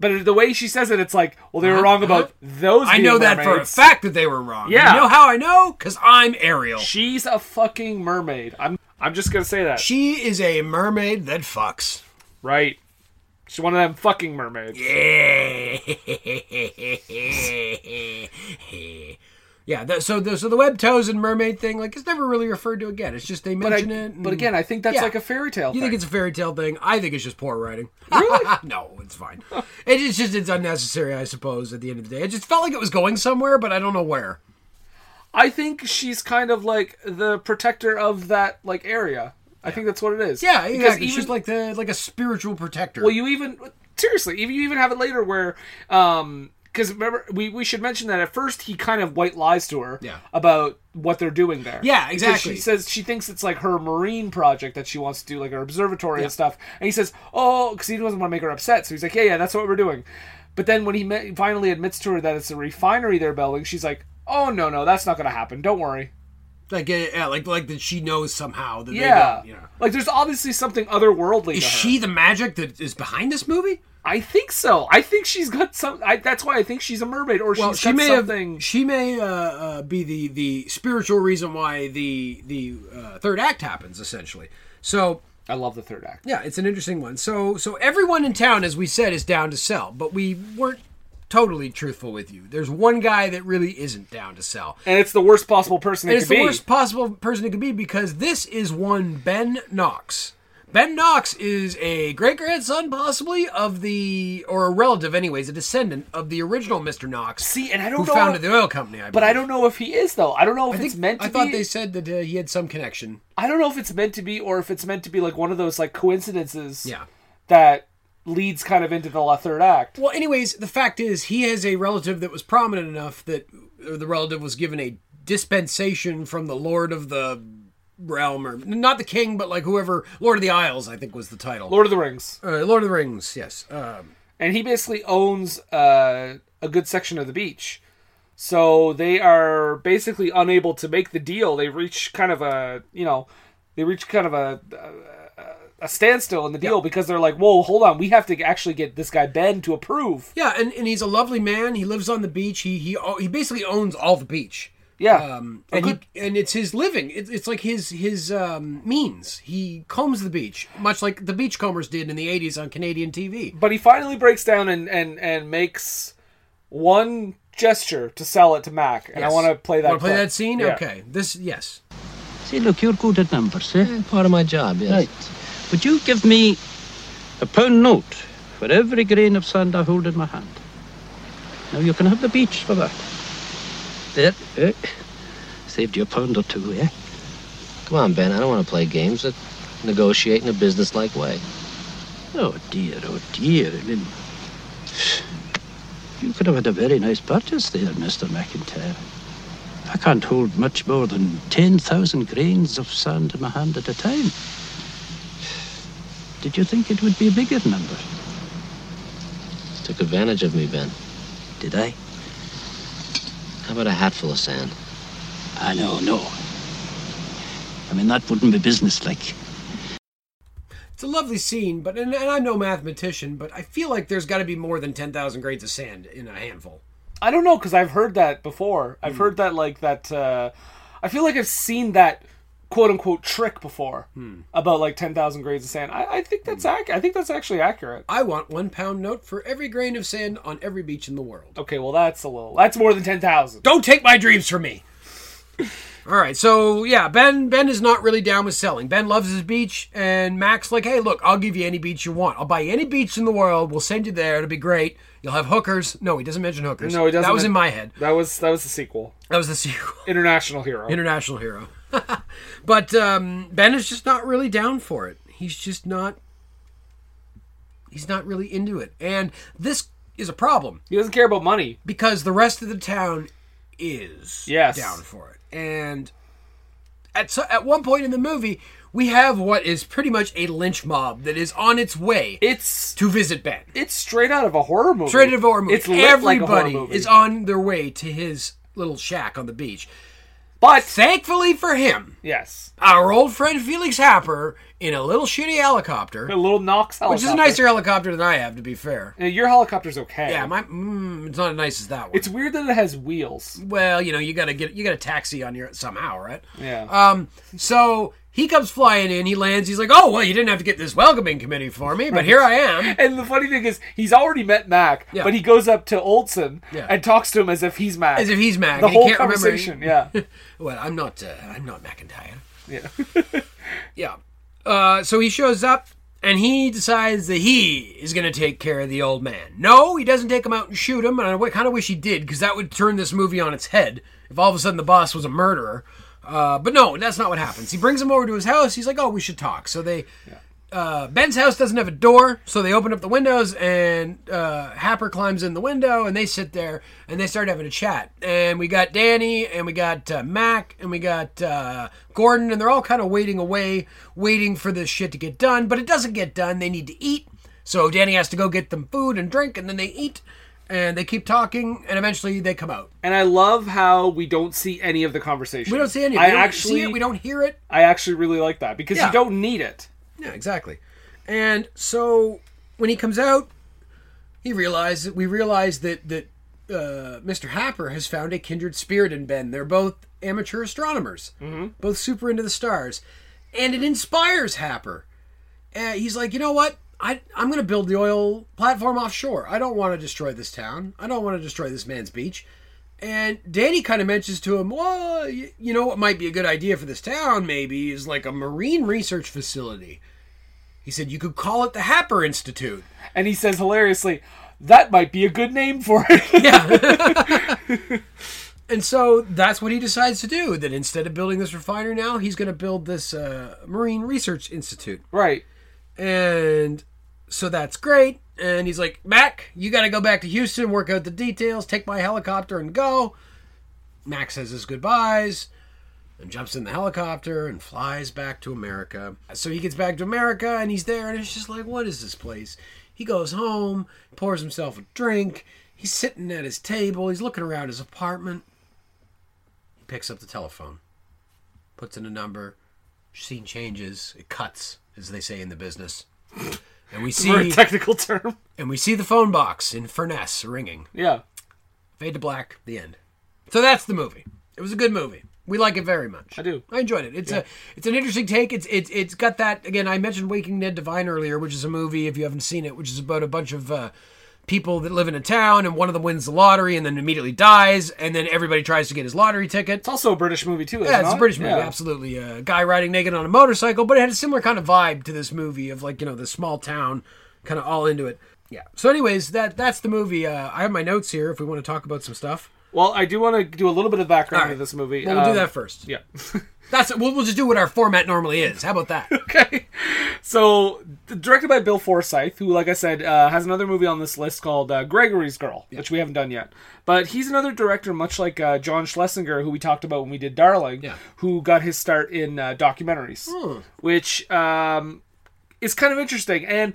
S3: But the way she says it, it's like, "Well, they were wrong about those."
S2: Uh-huh, I
S3: being
S2: know that for a
S3: mermaids."
S2: fact that they were wrong.
S3: Yeah.
S2: You know how I know? Because I'm Ariel.
S3: She's a fucking mermaid. I'm I'm just gonna say that.
S2: She is a mermaid that fucks.
S3: right. She's one of them fucking mermaids.
S2: yeah. That, so the so the web toes and mermaid thing like it's never really referred to again. It's just they
S3: But, I,
S2: mention it. and-
S3: but again, I think that's
S2: Yeah.
S3: like a fairy tale.
S2: you
S3: thing.
S2: think it's a fairy tale thing? I think it's just poor writing. Really? no, it's fine. It- It's just it's unnecessary, I suppose. At the end of the day, it just felt like it was going somewhere, but I don't know where.
S3: I think she's kind of like the protector of that like area. I think that's what it is.
S2: Yeah,
S3: Because
S2: exactly.
S3: Even,
S2: She's like the like a spiritual protector.
S3: well, you even seriously, even you even have it later where, um, because remember we we should mention that at first he kind of white lies to her
S2: Yeah.
S3: about what they're doing there.
S2: Yeah,
S3: Because
S2: exactly.
S3: She says she thinks it's like her marine project that she wants to do, like her observatory and stuff. And he says, oh, because he doesn't want to make her upset, so he's like, yeah, yeah, that's what we're doing. But then when he me- finally admits to her that it's a refinery they're building, she's like, oh no no, that's not going to happen. Don't worry.
S2: like uh, yeah, like like that she knows somehow that
S3: Yeah. Uh-huh.
S2: they don't. You know.
S3: Like there's obviously something otherworldly
S2: Is
S3: to her.
S2: she the magic that is behind this movie?
S3: I think so. I think she's got some I, that's why I think she's a mermaid or
S2: well,
S3: she's
S2: she
S3: got
S2: may
S3: something
S2: have. She may uh, uh, be the the spiritual reason why the the uh, third act happens essentially. So
S3: I love the third act.
S2: yeah, it's an interesting one. So so everyone in town, as we said, is down to sell, but we weren't totally truthful with you. There's one guy that really isn't down to sell.
S3: And it's the worst possible person
S2: And
S3: it
S2: it's
S3: could
S2: the
S3: be.
S2: worst possible person it could be because this is one Ben Knox. Ben Knox is a great grandson, possibly, of the, or a relative, anyways, a descendant of the original Mr. Knox.
S3: See, and I don't
S2: who
S3: know
S2: founded
S3: if-
S2: the oil company. I
S3: But I
S2: believe.
S3: don't know if he is though. I don't know if
S2: I
S3: it's
S2: think
S3: meant to
S2: I thought
S3: be
S2: they said that uh, he had some connection.
S3: I don't know if it's meant to be or if it's meant to be like one of those like coincidences
S2: Yeah.
S3: that leads kind of into the la- third act.
S2: Well, anyways, the fact is he has a relative that was prominent enough that or the relative was given a dispensation from the Lord of the Realm, or not the King, but like whoever Lord of the Isles, I think was the title.
S3: Lord of the Rings.
S2: uh, Lord of the Rings, yes. Um,
S3: and he basically owns uh, a good section of the beach. So they are basically unable to make the deal. They reach kind of a you know, they reach kind of a a, a standstill in the deal because they're like, whoa, hold on, we have to actually get this guy Ben to approve.
S2: yeah, and, and he's a lovely man. He lives on the beach. He he o- he basically owns all the beach.
S3: Yeah,
S2: Um, and he, and it's his living. It, it's like his his um, means. He combs the beach, much like the beachcombers did in the '80s on Canadian TV.
S3: but he finally breaks down and and and makes one gesture to sell it to Mac, and I
S2: Yes.
S3: want to play that.
S2: Wanna play
S3: clip.
S2: that scene?
S3: Yeah.
S2: Okay. This yes.
S7: See, look, you're good at numbers, eh?
S6: Yeah, Mm, part of my job, yes.
S7: Right. Would you give me a pound note for every grain of sand I hold in my hand? Now you can have the beach for that. There, eh? Saved you a pound or two, eh?
S6: Come on, Ben. I don't want to play games. Let's negotiate in a businesslike way.
S7: Oh dear, oh dear. I mean, you could have had a very nice purchase there, Mr. McIntyre. I can't hold much more than 10,000 grains of sand in my hand at a time. Did you think it would be a bigger number?
S5: Took advantage of me, Ben.
S7: Did I?
S5: How about a hatful of sand?
S7: I know, no. I mean, that wouldn't be businesslike.
S2: It's a lovely scene, but and, and I'm no mathematician, but I feel like there's got to be more than ten thousand grains of sand in a handful.
S3: I don't know because I've heard that before. I've heard that like that. Uh, I feel like I've seen that quote unquote trick before about like ten thousand grades of sand. I, I think that's ac- I think that's actually accurate.
S2: I want one pound note for every grain of sand on every beach in the world.
S3: Okay, well that's a little. That's more than ten thousand.
S2: Don't take my dreams from me. All right, so yeah, Ben Ben is not really down with selling. Ben loves his beach, and Max like, hey, look, I'll give you any beach you want. I'll buy you any beach in the world. We'll send you there. It'll be great. You'll have hookers. No, he doesn't mention hookers.
S3: No, he doesn't
S2: That was
S3: men-
S2: in my head.
S3: That was that was the sequel.
S2: That was the sequel.
S3: International hero.
S2: International hero. but um, Ben is just not really down for it. He's just not. He's not really into it, and this is a problem
S3: he doesn't care about money.
S2: because the rest of the town is
S3: Yes.
S2: down for it. And at so, at one point in the movie, we have what is pretty much a lynch mob that is on its way
S3: It's
S2: to visit Ben.
S3: it's straight out of a horror movie.
S2: Straight out of a horror movie.
S3: It's lit
S2: Everybody
S3: like a horror movie.
S2: is on their way to his little shack on the beach.
S3: but
S2: Thankfully for him,
S3: yes,
S2: our old friend Felix Happer in a little shitty helicopter,
S3: a little Knox
S2: which
S3: helicopter.
S2: is a nicer helicopter than I have, to be fair.
S3: Now, your helicopter's okay.
S2: Yeah, my mm, it's not as nice as that one.
S3: It's weird that it has wheels.
S2: well, you know, you gotta get you got a taxi on your somehow, right?
S3: Yeah.
S2: Um, so he comes flying in, he lands, he's like, "Oh well, you didn't have to get this welcoming committee for me, but here I am."
S3: and the funny thing is, he's already met Mac,
S2: Yeah.
S3: but he goes up to Olson
S2: Yeah.
S3: and talks to him as if he's Mac.
S2: As if he's Mac,
S3: the
S2: and he
S3: whole
S2: can't remember-
S3: conversation. Yeah,
S2: Well, I'm not. Uh, I'm not McIntyre.
S3: yeah.
S2: Yeah. Uh, so he shows up and he decides that he is going to take care of the old man. No, he doesn't take him out and shoot him, and I kind of wish he did because that would turn this movie on its head if all of a sudden the boss was a murderer. Uh, but no, that's not what happens. He brings him over to his house. He's like, "Oh, we should talk." So they. Uh, Ben's house doesn't have a door, so they open up the windows, and uh, Happer climbs in the window, and they sit there and they start having a chat. And we got Danny, and we got uh, Mac, and we got uh, Gordon, and they're all kind of waiting away, waiting for this shit to get done. But it doesn't get done. They need to eat, so Danny has to go get them food and drink, and then they eat, and they keep talking, and eventually they come out.
S3: And I love how we don't see any of the conversation.
S2: We don't see any.
S3: I
S2: we don't
S3: actually,
S2: see it. We don't hear it.
S3: I actually really like that because
S2: Yeah.
S3: you don't need it.
S2: Yeah, exactly. And so when he comes out, he realizes we realize that that uh, Mr. Happer has found a kindred spirit in Ben. They're both amateur astronomers, mm-hmm. both super into the stars, and it inspires Happer. Uh, he's like, you know what? I I'm going to build the oil platform offshore. I don't want to destroy this town. I don't want to destroy this man's beach. And Danny kind of mentions to him, well, y- you know what might be a good idea for this town, maybe, is like a marine research facility. He said, you could call it the Happer Institute.
S3: And he says hilariously, "That might be a good name for it."
S2: And so that's what he decides to do. That instead of building this refinery now, he's going to build this uh, Marine Research Institute.
S3: right.
S2: And so that's great. And he's like, Mac, you got to go back to Houston, work out the details, take my helicopter and go. Mac says his goodbyes and jumps in the helicopter and flies back to America. So he gets back to America and he's there and it's just like, what is this place? He goes home, pours himself a drink. He's sitting at his table. He's looking around his apartment. He picks up the telephone, puts in a number. Scene changes. It cuts, as they say in the business. And we
S3: For a
S2: see
S3: technical term.
S2: and we see the phone box in Furness ringing.
S3: Yeah.
S2: Fade to black. The end. So that's the movie. It was a good movie. We like it very much.
S3: I do.
S2: I enjoyed it. It's a it's an interesting take. It's it's it's got that again. I mentioned Waking Ned Divine earlier, which is a movie if you haven't seen it, which is about a bunch of uh, people that live in a town and one of them wins the lottery and then immediately dies and then everybody tries to get his lottery ticket.
S3: It's also a British movie too. is
S2: Yeah,
S3: it
S2: it's a
S3: not?
S2: British movie,
S3: Yeah.
S2: absolutely. A guy riding naked on a motorcycle, but it had a similar kind of vibe to this movie of like you know the small town, kind of all into it. Yeah. So, anyways, that that's the movie. Uh, I have my notes here if we want to talk about some stuff.
S3: Well, I do want to do a little bit of background
S2: All right.
S3: of this movie.
S2: Well, we'll
S3: Um,
S2: do that first.
S3: Yeah.
S2: That's we'll, we'll just do what our format normally is. How about that?
S3: okay. So, d- directed by Bill Forsyth, who, like I said, uh, has another movie on this list called uh, Gregory's Girl, which we haven't done yet. But he's another director, much like uh, John Schlesinger, who we talked about when we did Darling,
S2: Yeah.
S3: who got his start in uh, documentaries, which um, is kind of interesting. And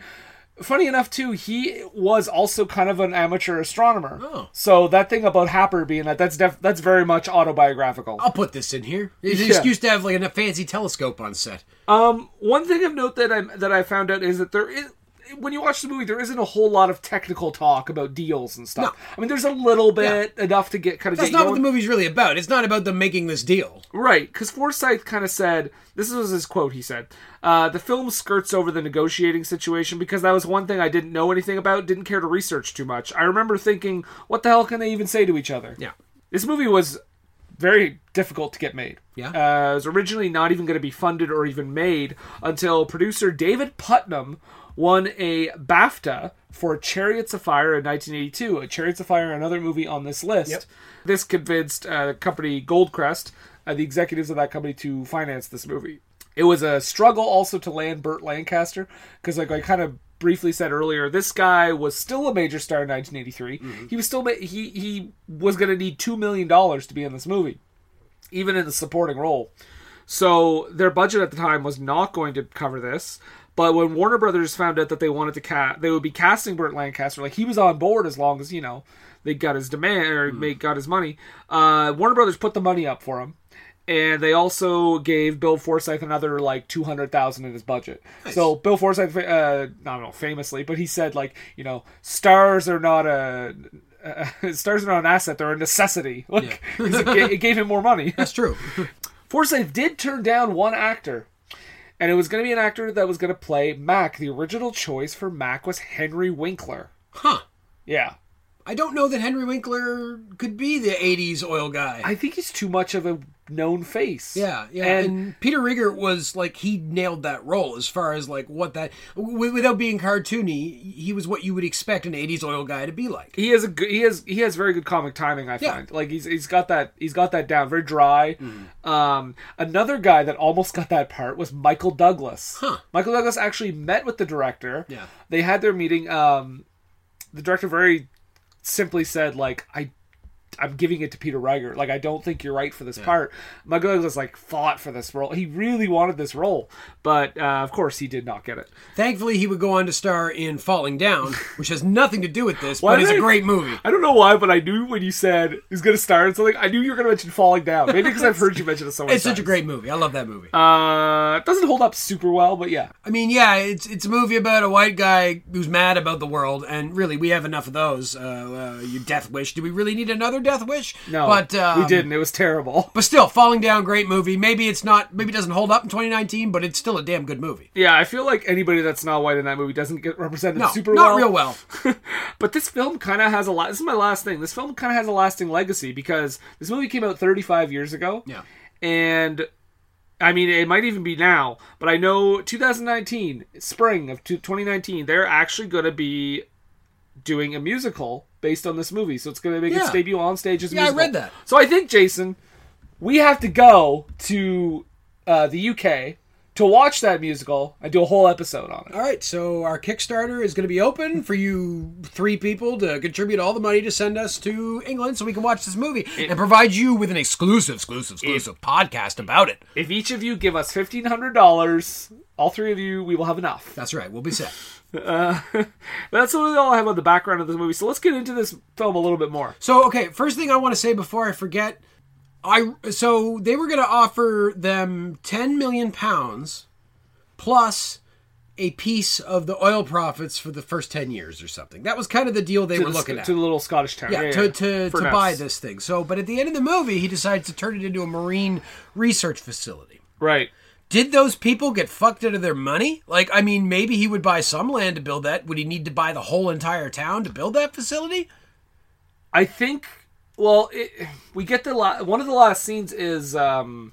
S3: Funny enough, too, he was also kind of an amateur astronomer. So that thing about Happer being that that's def- that's very much autobiographical.
S2: I'll put this in here. It's an
S3: Yeah.
S2: excuse to have like a fancy telescope on set.
S3: One thing of note that I that I found out is that there is when you watch the movie, there isn't a whole lot of technical talk about deals and stuff. I mean, there's a little bit enough to get kind of
S2: That's
S3: get
S2: not
S3: you
S2: what the
S3: going.
S2: movie's really about. It's not about them making this deal.
S3: Right, because Forsyth kind of said this was his quote. He said, uh, "The film skirts over the negotiating situation because that was one thing I didn't know anything about, didn't care to research too much. I remember thinking, what the hell can they even say to each other?"
S2: Yeah.
S3: this movie was very difficult to get made.
S2: Yeah.
S3: Uh, it was originally not even going to be funded or even made until producer David Putnam won a BAFTA for Chariots of Fire in 1982. A Chariots of Fire, another movie on this list. This convinced uh, company Goldcrest, uh, the executives of that company, to finance this movie. It was a struggle also to land Burt Lancaster because, like I kind of briefly said earlier, this guy was still a major star in 1983. He was still ma- he he was going to need two million dollars to be in this movie, even in the supporting role. So their budget at the time was not going to cover this. But when Warner Brothers found out that they wanted to cast, they would be casting Burt Lancaster. Like he was on board as long as you know they got his demand or they got his money. Uh, Warner Brothers put the money up for him, and they also gave Bill Forsyth another like two hundred thousand in his budget. So Bill Forsyth, uh, I don't know, famously, but he said like you know stars are not a. Uh, stars are not an asset; they're a necessity. Like, 'cause it, ga- it gave him more money.
S2: That's true.
S3: Forsyth did turn down one actor, and it was going to be an actor that was going to play Mac. The original choice for Mac was Henry Winkler.
S2: huh.
S3: Yeah,
S2: I don't know that Henry Winkler could be the 80s oil guy.
S3: I think he's too much of a known face.
S2: yeah, yeah. And,
S3: and,
S2: Peter Rieger was like, he nailed that role as far as like what that, w- without being cartoony, he was what you would expect an 80s oil guy to be like.
S3: he has a good, he has he has very good comic timing. I
S2: Yeah.
S3: find like he's he's got that he's got that down very dry.
S2: Mm.
S3: Um, another guy that almost got that part was Michael Douglas.
S2: Huh.
S3: Michael Douglas actually met with the director.
S2: Yeah.
S3: they had their meeting. Um, the director very simply said like I. I'm giving it to Peter Reiger. Like I don't think you're right for this part. Michael Douglas like fought for this role. He really wanted this role, but uh, of course he did not get it.
S2: Thankfully, he would go on to star in Falling Down, which has nothing to do with this,
S3: Why
S2: but it's
S3: did
S2: a
S3: I-
S2: great movie.
S3: I don't know why, but I knew when you said he's going to star in something, I knew you were going to mention Falling Down. Maybe because I've heard you mention it so much.
S2: It's such a great movie. I love that movie.
S3: Uh, it doesn't hold up super well, but yeah.
S2: I mean, yeah, it's it's a movie about a white guy who's mad about the world, and really, we have enough of those. Uh, uh, your death wish. Do we really need another death wish?
S3: No,
S2: but um,
S3: we didn't. It was terrible.
S2: But still, Falling Down, great movie. Maybe it's not. Maybe it doesn't hold up in 2019, but it's still a damn good movie.
S3: Yeah, I feel like anybody that's not white in that movie doesn't get represented
S2: No,
S3: super
S2: not
S3: well.
S2: real well.
S3: but this film kind of has a lot. This is my last thing. This film kind of has a lasting legacy because this movie came out 35 years ago.
S2: Yeah.
S3: And I mean, it might even be now, but I know 2019, spring of two- 2019, they're actually going to be doing a musical based on this movie. So it's going to make its
S2: Yeah.
S3: debut on stage as a
S2: Yeah, I
S3: musical.
S2: read that.
S3: So I think, Jason, we have to go to uh, the UK to watch that musical and do a whole episode on it.
S2: All right, so our Kickstarter is going to be open for you three people to contribute all the money to send us to England so we can watch this movie and provide you with an exclusive, exclusive, exclusive podcast about it.
S3: If each of you give us $1,500, all three of you, we will have enough.
S2: That's right. We'll be set.
S3: Uh, That's really all I have on the background of this movie. So let's get into this film a little bit more.
S2: So okay, first thing I want to say before I forget, I so they were going to offer them 10 million pounds plus a piece of the oil profits for the first 10 years or something. That was kind of the deal they were
S3: the
S2: looking
S3: sc-
S2: at.
S3: to the little Scottish town.
S2: yeah, to to,
S3: For
S2: to
S3: now.
S2: buy this thing. So, but at the end of the movie, he decides to turn it into a marine research facility.
S3: Right.
S2: Did those people get fucked out of their money? Like, I mean, maybe he would buy some land to build that. Would he need to buy the whole entire town to build that facility?
S3: I think. Well, it, we get the la- one of the last scenes is. Um,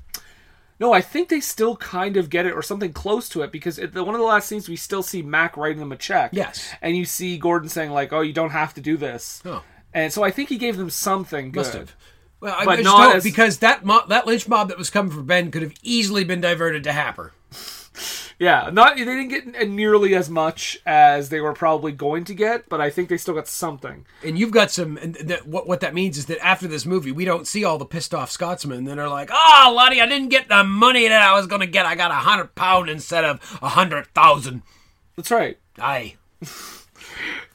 S3: no, I think they still kind of get it or something close to it because at the, one of the last scenes we still see Mac writing them a check.
S2: Yes.
S3: And you see Gordon saying like, "Oh, you don't have to do this."
S2: Oh.
S3: And so I think he gave them something.
S2: Must
S3: good.
S2: have. Well, I
S3: But
S2: just
S3: not
S2: don't,
S3: as-
S2: because that mob, that lynch mob that was coming for Ben could have easily been diverted to Happer.
S3: Yeah, not they didn't get nearly as much as they were probably going to get, but I think they still got something.
S2: And you've got some. And that, what what that means is that after this movie, we don't see all the pissed off Scotsmen that are like, "Ah, oh, laddie, I didn't get the money that I was going to get. I got a hundred pound instead of a hundred thousand.
S3: That's right.
S2: Aye,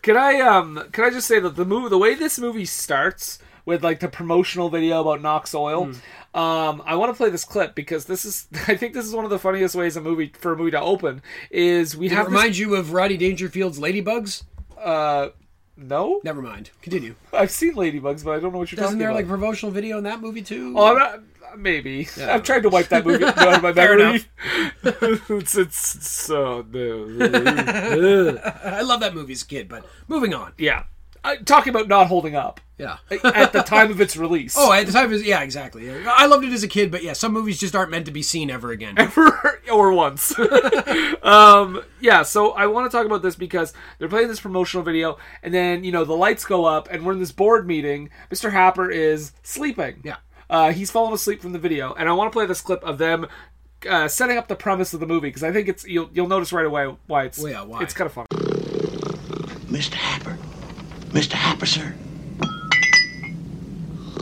S3: Can I um can I just say that the movie the way this movie starts with like the promotional video about Knox Oil,
S2: Hmm.
S3: um, I want to play this clip because this is I think this is one of the funniest ways a movie for a movie to open is we
S2: Did it
S3: have this,
S2: remind you of Roddy Dangerfield's Ladybugs?
S3: uh no
S2: Never mind. Continue.
S3: I've seen Ladybugs but I don't know what you're
S2: Isn't
S3: talking
S2: there
S3: about.
S2: like promotional video in that movie too?
S3: Oh, I'm not- maybe I've tried to wipe that movie out of my memory. it's it's so
S2: I love that movie as a kid, but moving on.
S3: yeah. I, talking about not holding up
S2: Yeah.
S3: at the time of its release.
S2: Oh, at the time, it was, yeah, exactly. I loved it as a kid, but yeah, some movies just aren't meant to be seen ever again.
S3: or once. um, yeah, so I want to talk about this because they're playing this promotional video, and then you know the lights go up, and we're in this board meeting. Mr. Happer is sleeping.
S2: Yeah.
S3: uh, he's fallen asleep from the video, and I want to play this clip of them. Uh, setting up the premise of the movie because I think it's you'll you'll notice right away why it's
S2: Well, yeah, why?
S3: it's kind of fun.
S8: Mr. Happer. Mr. Happer, sir.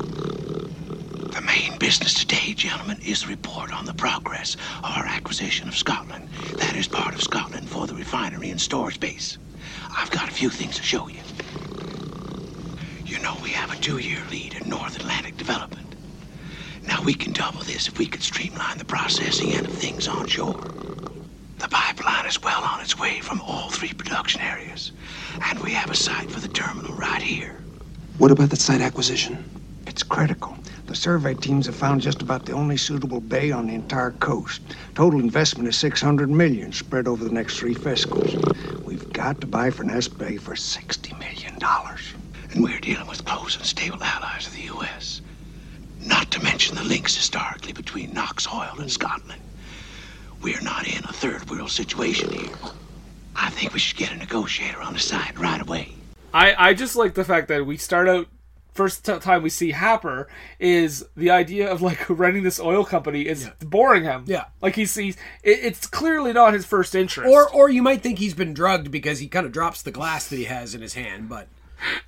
S8: The main business today, gentlemen, is the report on the progress of our acquisition of Scotland. That is part of Scotland for the refinery and storage base. I've got a few things to show you. You know, we have a two year lead in North Atlantic development. Now, we can double this if we could streamline the processing end of things onshore. The pipeline is well on its way from all three production areas, and we have a site for the terminal right here.
S9: What about that site acquisition?
S8: It's critical. The survey teams have found just about the only suitable bay on the entire coast. Total investment is 600 million, spread over the next three fiscals. We've got to buy Furness Bay for 60 million dollars, and we're dealing with close and stable allies of the U.S. Not to mention the links historically between Knox Oil and Scotland. We're not in a third world situation here. I think we should get a negotiator on the side right away.
S3: I, I just like the fact that we start out first t- time we see Happer is the idea of like running this oil company is boring him.
S2: Yeah.
S3: like he sees it, it's clearly not his first interest.
S2: Or, or you might think he's been drugged because he kind of drops the glass that he has in his hand, but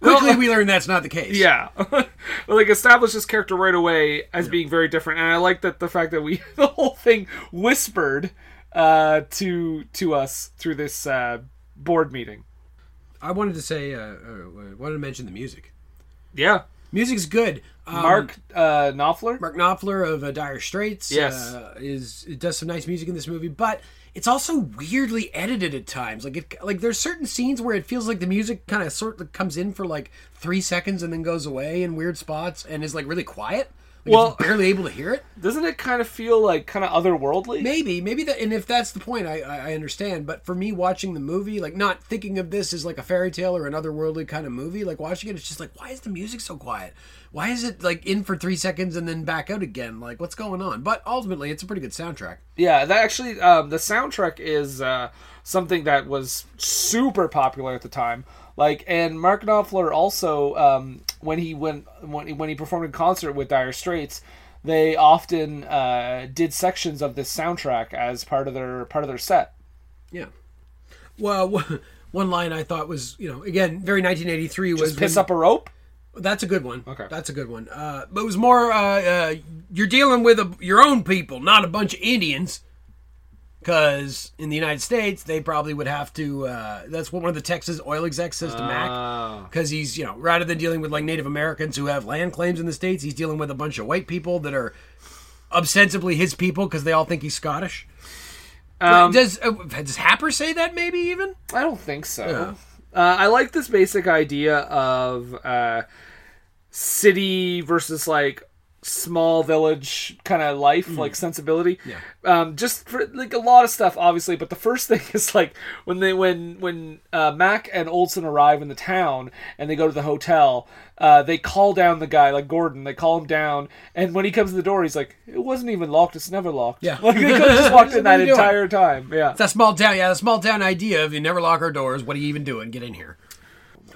S2: quickly we learn that's not the case.
S3: yeah, But, like establish this character right away as being very different. And I like that the fact that we the whole thing whispered uh, to to us through this uh, board meeting.
S2: I wanted to say, uh, uh, I wanted to mention the music.
S3: Yeah,
S2: Music's good. Um,
S3: Mark uh, Knopfler.
S2: Mark Knopfler of uh, Dire Straits.
S3: Yes.
S2: uh, is it does some nice music in this movie, but it's also weirdly edited at times. Like it, like there's certain scenes where it feels like the music kind of sort of comes in for like three seconds and then goes away in weird spots and is like really quiet. Like
S3: Well-
S2: it's barely able to hear it.
S3: Doesn't it kind of feel like kind of otherworldly?
S2: Maybe, maybe that, and if that's the point, I, I I understand. But for me, watching the movie, like not thinking of this as like a fairy tale or an otherworldly kind of movie, like watching it, it's just like, why is the music so quiet? Why is it like in for three seconds and then back out again? Like, what's going on? But ultimately, it's a pretty good soundtrack.
S3: Yeah, that actually, um, the soundtrack is uh, something that was super popular at the time. Like, and Mark Knopfler also, um, when he went when he, when he performed in concert with Dire Straits, they often uh, did sections of this soundtrack as part of their part of their set.
S2: Yeah. Well, one line I thought was, you know, again, very 1983 was
S3: Just piss
S2: when-
S3: up a rope.
S2: That's a good one.
S3: Okay.
S2: That's a good one. Uh, but it was more, uh, uh, you're dealing with a, your own people, not a bunch of Indians. Because in the United States, they probably would have to. Uh, that's what one of the Texas oil execs says to Mac. Because he's, you know, rather than dealing with like Native Americans who have land claims in the States, he's dealing with a bunch of white people that are ostensibly his people because they all think he's Scottish. does, uh, does Happer say that maybe even?
S3: I don't think so. Uh, I like this basic idea of uh, city versus like small village kind of life,
S2: Mm.
S3: like sensibility. Yeah. Um, just for like a lot of stuff, obviously. But the first thing is like when they when when uh, Mac and Olson arrive in the town and they go to the hotel, uh, they call down the guy like Gordon. They call him down, and when he comes to the door, he's like, "It wasn't even locked. It's never locked."
S2: Yeah.
S3: Like they could've just walked in
S2: What are
S3: that
S2: you doing?
S3: entire time. Yeah.
S2: That small town, yeah, the small town idea of you never lock our doors. What are you even doing? Get in here.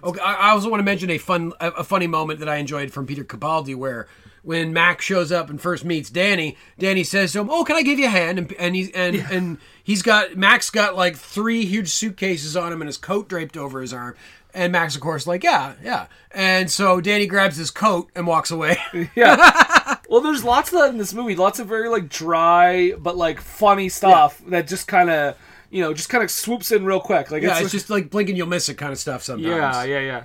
S2: Okay, I I also want to mention a fun, a a funny moment that I enjoyed from Peter Cabaldi, where when Mac shows up and first meets Danny, Danny says to him, "Oh, can I give you a hand?" And and he's and and he's got Mac's got like three huge suitcases on him and his coat draped over his arm. And Max, of course, like, yeah, yeah. And so Danny grabs his coat and walks away.
S3: Well, there's lots of that in this movie. Lots of very like dry but like funny stuff that just kind of you know, just kind of swoops in real quick. Like
S2: Yeah, it's just like blink and you'll miss it kind of stuff sometimes.
S3: yeah, yeah,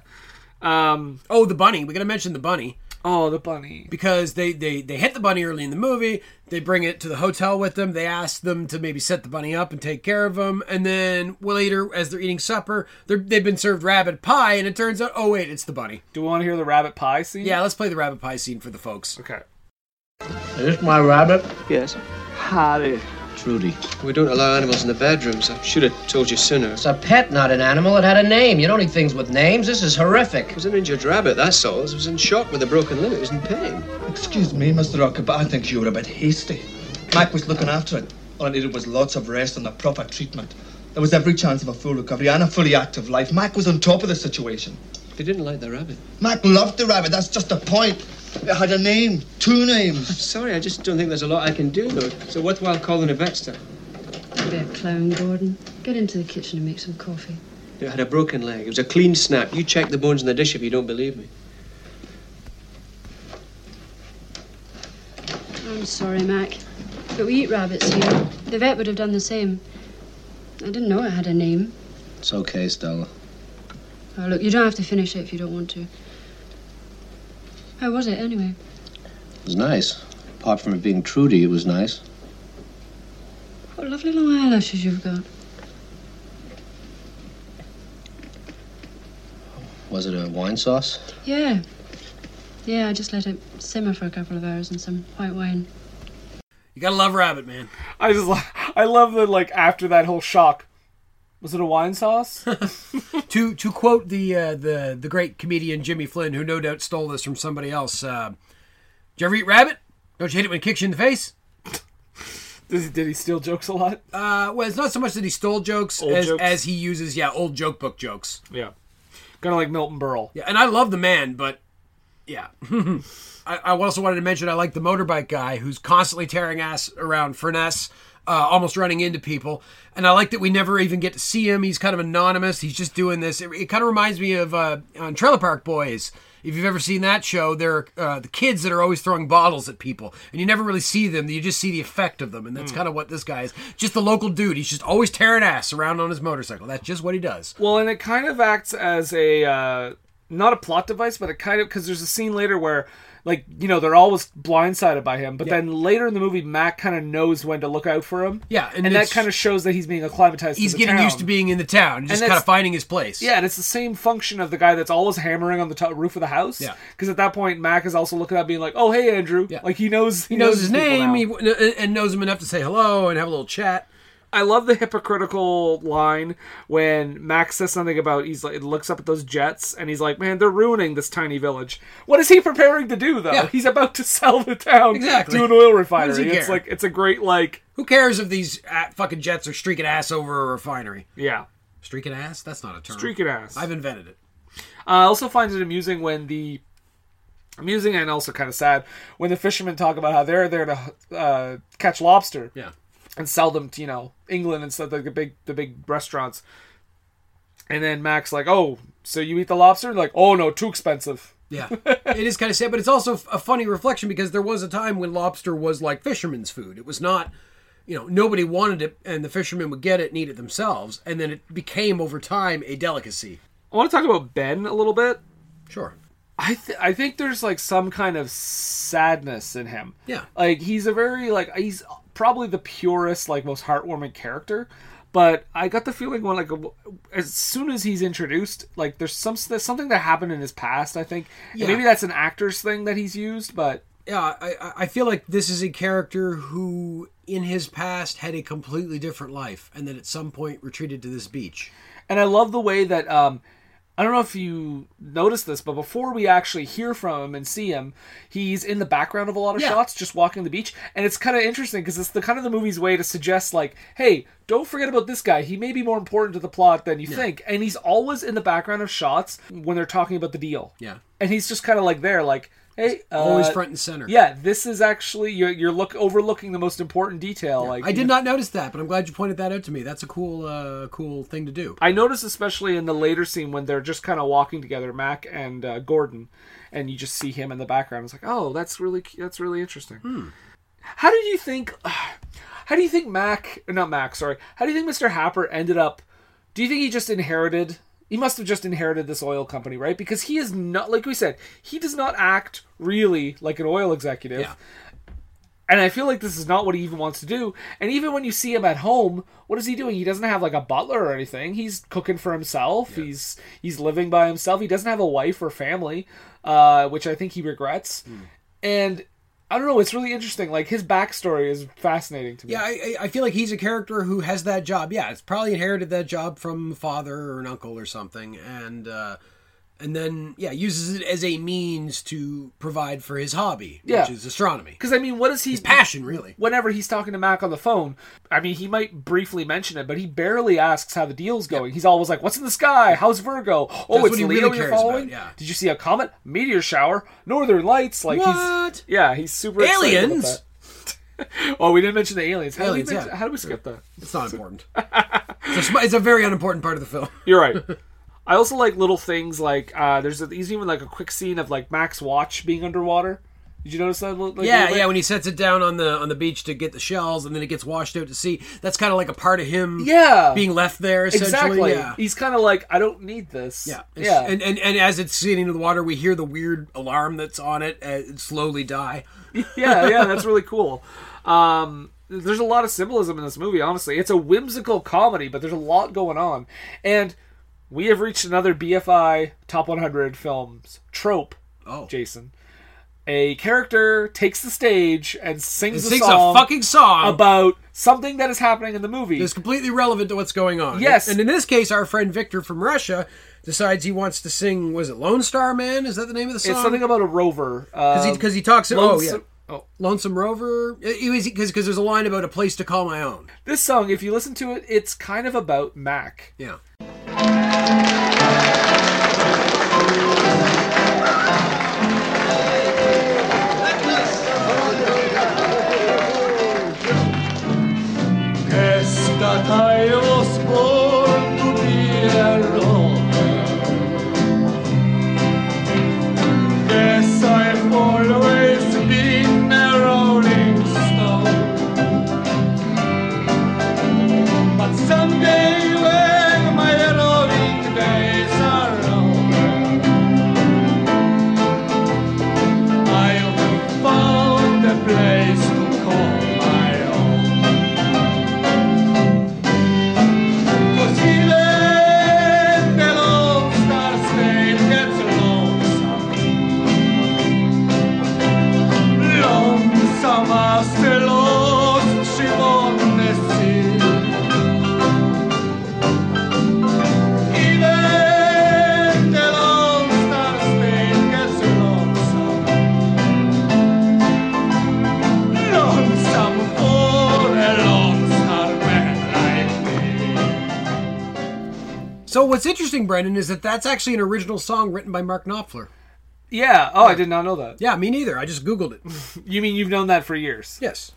S3: yeah. Um,
S2: Oh, the bunny. We got to mention the bunny
S3: oh, the bunny.
S2: because they, they they hit the bunny early in the movie. They bring it to the hotel with them. They ask them to maybe set the bunny up and take care of him. And then later, as they're eating supper, they're, they've been served rabbit pie, and it turns out, oh wait, it's the bunny.
S3: Do we want to hear the rabbit pie scene?
S2: Yeah, let's play the rabbit pie scene for the folks.
S3: Okay.
S6: Is this my rabbit?
S5: Yes.
S10: Harry.
S5: Trudy. We don't allow animals in the bedrooms. I should have told you sooner.
S6: It's a pet, not an animal. It had a name. You don't eat things with names. This is horrific.
S5: It was an injured rabbit, that's all. It was in shock with a broken limb. It was in pain.
S11: Excuse me, Mr. Rocker, but I think you were a bit hasty. Mac was looking after it. All it needed was lots of rest and the proper treatment. There was every chance of a full recovery and a fully active life. Mac was on top of the situation.
S5: He didn't like the rabbit.
S11: Mac loved the rabbit, that's just the point. It had a name, two names.
S5: Sorry, I just don't think there's a lot I can do, though. It's a worthwhile calling a vetster.
S10: Be a clown, Gordon. Get into the kitchen and make some coffee.
S5: It had a broken leg. It was a clean snap. You check the bones in the dish if you don't believe me.
S10: I'm sorry, Mac, but we eat rabbits here. The vet would have done the same. I didn't know it had a name.
S6: It's okay, Stella.
S10: Oh, look, you don't have to finish it if you don't want to. How was it, anyway?
S6: It was nice. Apart from it being Trudy, it was nice.
S10: What lovely long eyelashes you've got.
S6: Was it a wine sauce?
S10: Yeah. Yeah, I just let it simmer for a couple of hours in some white wine.
S2: You gotta love rabbit, man.
S3: I just, lo- I love that. Like after that whole shock, was it a wine sauce?
S2: to to quote the uh, the the great comedian Jimmy Flynn, who no doubt stole this from somebody else. Uh, Did you ever eat rabbit? Don't you hate it when it kicks you in the face?
S3: Does, did he steal jokes a lot?
S2: Uh, well, it's not so much that he stole jokes
S3: Old
S2: as,
S3: jokes.
S2: as he uses yeah old joke book jokes.
S3: Yeah, kind of like Milton Berle.
S2: Yeah, and I love the man, but yeah. I, I also wanted to mention I like the motorbike guy who's constantly tearing ass around Furness, uh, almost running into people. And I like that we never even get to see him. He's kind of anonymous. He's just doing this. It, it kind of reminds me of uh, on Trailer Park Boys. If you've ever seen that show, they're uh, the kids that are always throwing bottles at people, and you never really see them. You just see the effect of them, and
S3: Hmm.
S2: that's kind of what this guy is. Just the local dude. He's just always tearing ass around on his motorcycle. That's just what he does.
S3: Well, and it kind of acts as a uh, not a plot device, but it kind of because there's a scene later where, like, you know, they're always blindsided by him, but then later in the movie, Mac kind of knows when to look out for him.
S2: Yeah, and
S3: and, that
S2: it's-
S3: kind of shows that he's being acclimatized.
S2: he's
S3: to the
S2: getting
S3: town.
S2: used to being in the town, and just kind
S3: that's-
S2: of finding his place.
S3: Yeah, and it's the same function of the guy that's always hammering on the top roof of the house.
S2: Yeah.
S3: because at that point, Mac is also looking up, being like, "Oh, hey, Andrew."
S2: Yeah.
S3: Like he knows
S2: he knows his
S3: people
S2: name,
S3: now.
S2: he, and knows him enough to say hello and have a little chat.
S3: I love the hypocritical line when Max says something about he's like looks up at those jets and he's like, "Man, they're ruining this tiny village." What is he preparing to do though?
S2: Yeah.
S3: He's about to sell the town
S2: Exactly.
S3: to an oil
S2: What does
S3: refinery.
S2: he
S3: It's
S2: care?
S3: like it's a great like
S2: Who cares if these uh, fucking jets are streaking ass over a refinery?
S3: yeah.
S2: Streaking ass? That's not a term.
S3: Streaking ass.
S2: I've invented it.
S3: I also find it amusing when the amusing and also kind of sad when the fishermen talk about how they're there to uh, catch lobster
S2: Yeah.
S3: and sell them to you know England and stuff like the big the big restaurants. And then Max like, "Oh, so you eat the lobster?" Like, "Oh no, too expensive."
S2: Yeah. it is kind of sad, but it's also a funny reflection because there was a time when lobster was like fisherman's food. It was not, you know, nobody wanted it, and the fishermen would get it and eat it themselves, and then it became over time a delicacy.
S3: I want to talk about Ben a little bit.
S2: Sure.
S3: I th- I think there's like some kind of sadness in him.
S2: Yeah.
S3: Like he's a very like he's probably the purest like most heartwarming character, but I got the feeling when like as soon as he's introduced, like there's some there's something that happened in his past. I think And
S2: Yeah.
S3: maybe that's an actor's thing that he's used, but
S2: yeah, I, I- I feel like this is a character who, in his past, had a completely different life, and then at some point retreated to this beach.
S3: And I love the way that um I don't know if you noticed this, but before we actually hear from him and see him, he's in the background of a lot of
S2: Yeah.
S3: shots, just walking the beach, and it's kind of interesting because it's the kind of the movie's way to suggest like, hey, don't forget about this guy. He may be more important to the plot than you think, and he's always in the background of shots when they're talking about the deal.
S2: Yeah.
S3: and he's just kind of like there, like, hey, uh,
S2: Always front and center.
S3: Yeah, this is actually you're you're look overlooking the most important detail. like
S2: I did not notice that, but I'm glad you pointed that out to me. That's a cool, uh, cool thing to do.
S3: I noticed especially in the later scene when they're just kind of walking together, Mac and uh, Gordon, and you just see him in the background. It's like, oh, that's really that's really interesting. How did you think? How do you think Mac, not Mac, sorry, how do you think Mr. Happer ended up? Do you think he just inherited? He must have just inherited this oil company, right? Because he is not, like we said, he does not act really like an oil executive.
S2: Yeah.
S3: And I feel like this is not what he even wants to do. And even when you see him at home, what is he doing? He doesn't have like a butler or anything. He's cooking for himself. He's he's living by himself. He doesn't have a wife or family, uh, which I think he regrets. And I don't know. It's really interesting. Like his backstory is fascinating to me.
S2: Yeah, I, I I feel like he's a character who has that job. Yeah, it's probably inherited that job from father or an uncle or something, and uh, and then yeah, uses it as a means to provide for his hobby,
S3: Yeah.
S2: which is astronomy.
S3: Because I mean, what is he?
S2: His passion, really.
S3: Whenever he's talking to Mac on the phone, I mean, he might briefly mention it, but he barely asks how the deal's going. He's always like, "What's in the sky? How's Virgo? Oh,
S2: That's
S3: it's
S2: what he
S3: Leo
S2: really
S3: you're
S2: cares about,
S3: following.
S2: yeah.
S3: Did you see a comet? Meteor shower? Northern lights? Like
S2: What?
S3: he's yeah, he's super excited about
S2: Aliens?
S3: that. oh, we didn't mention the aliens. How
S2: Aliens,
S3: did we mention-
S2: yeah.
S3: How did we skip that?
S2: It's not important. it's, a, sm- it's a very unimportant part of the film.
S3: You're right. I also like little things like uh, there's, a, there's even like a quick scene of like Mac's watch being underwater. Did you notice that? Like,
S2: yeah,
S3: little bit?
S2: yeah. When he sets it down on the on the beach to get the shells, and then it gets washed out to sea. That's kind of like a part of him.
S3: Yeah.
S2: being left there
S3: Exactly.
S2: essentially. Yeah.
S3: He's kind of like, I don't need this.
S2: Yeah, it's-
S3: Yeah.
S2: And, and and as it's sitting in the water, we hear the weird alarm that's on it uh, slowly die.
S3: yeah, yeah, that's really cool. Um, there's a lot of symbolism in this movie, honestly. It's a whimsical comedy, but there's a lot going on. And we have reached another BFI Top 100 Films trope,
S2: Oh,
S3: Jason. A character takes the stage and sings,
S2: it sings
S3: a, song
S2: a fucking song
S3: about something that is happening in the movie.
S2: that's completely relevant to what's going on.
S3: Yes.
S2: and in this case, our friend Victor from Russia decides he wants to sing. Was it Lone Star Man? Is that the name of the song?
S3: it's something about a rover. Uh,
S2: because he, 'cause he talks. Oh yeah,
S3: oh,
S2: Lonesome Rover. Because because there's a line about a place to call my own.
S3: This song, if you listen to it, it's kind of about Mac.
S2: Yeah.
S12: Es that I was born to be a lover. Yes, I've always been a rolling stone. But someday when my rolling days are over, I will find a place to call my own. Cause even the lone star state gets lonesome. Lonesome as the lost ship on the sea. Even the lone star state gets lonesome. Lonesome for a lone star man like me.
S2: So what's interesting, Brendan, is that that's actually an original song written by Mark Knopfler.
S3: Yeah. Oh, I did not know that.
S2: Yeah, me neither. I just Googled it.
S3: You mean you've known that for years?
S2: Yes.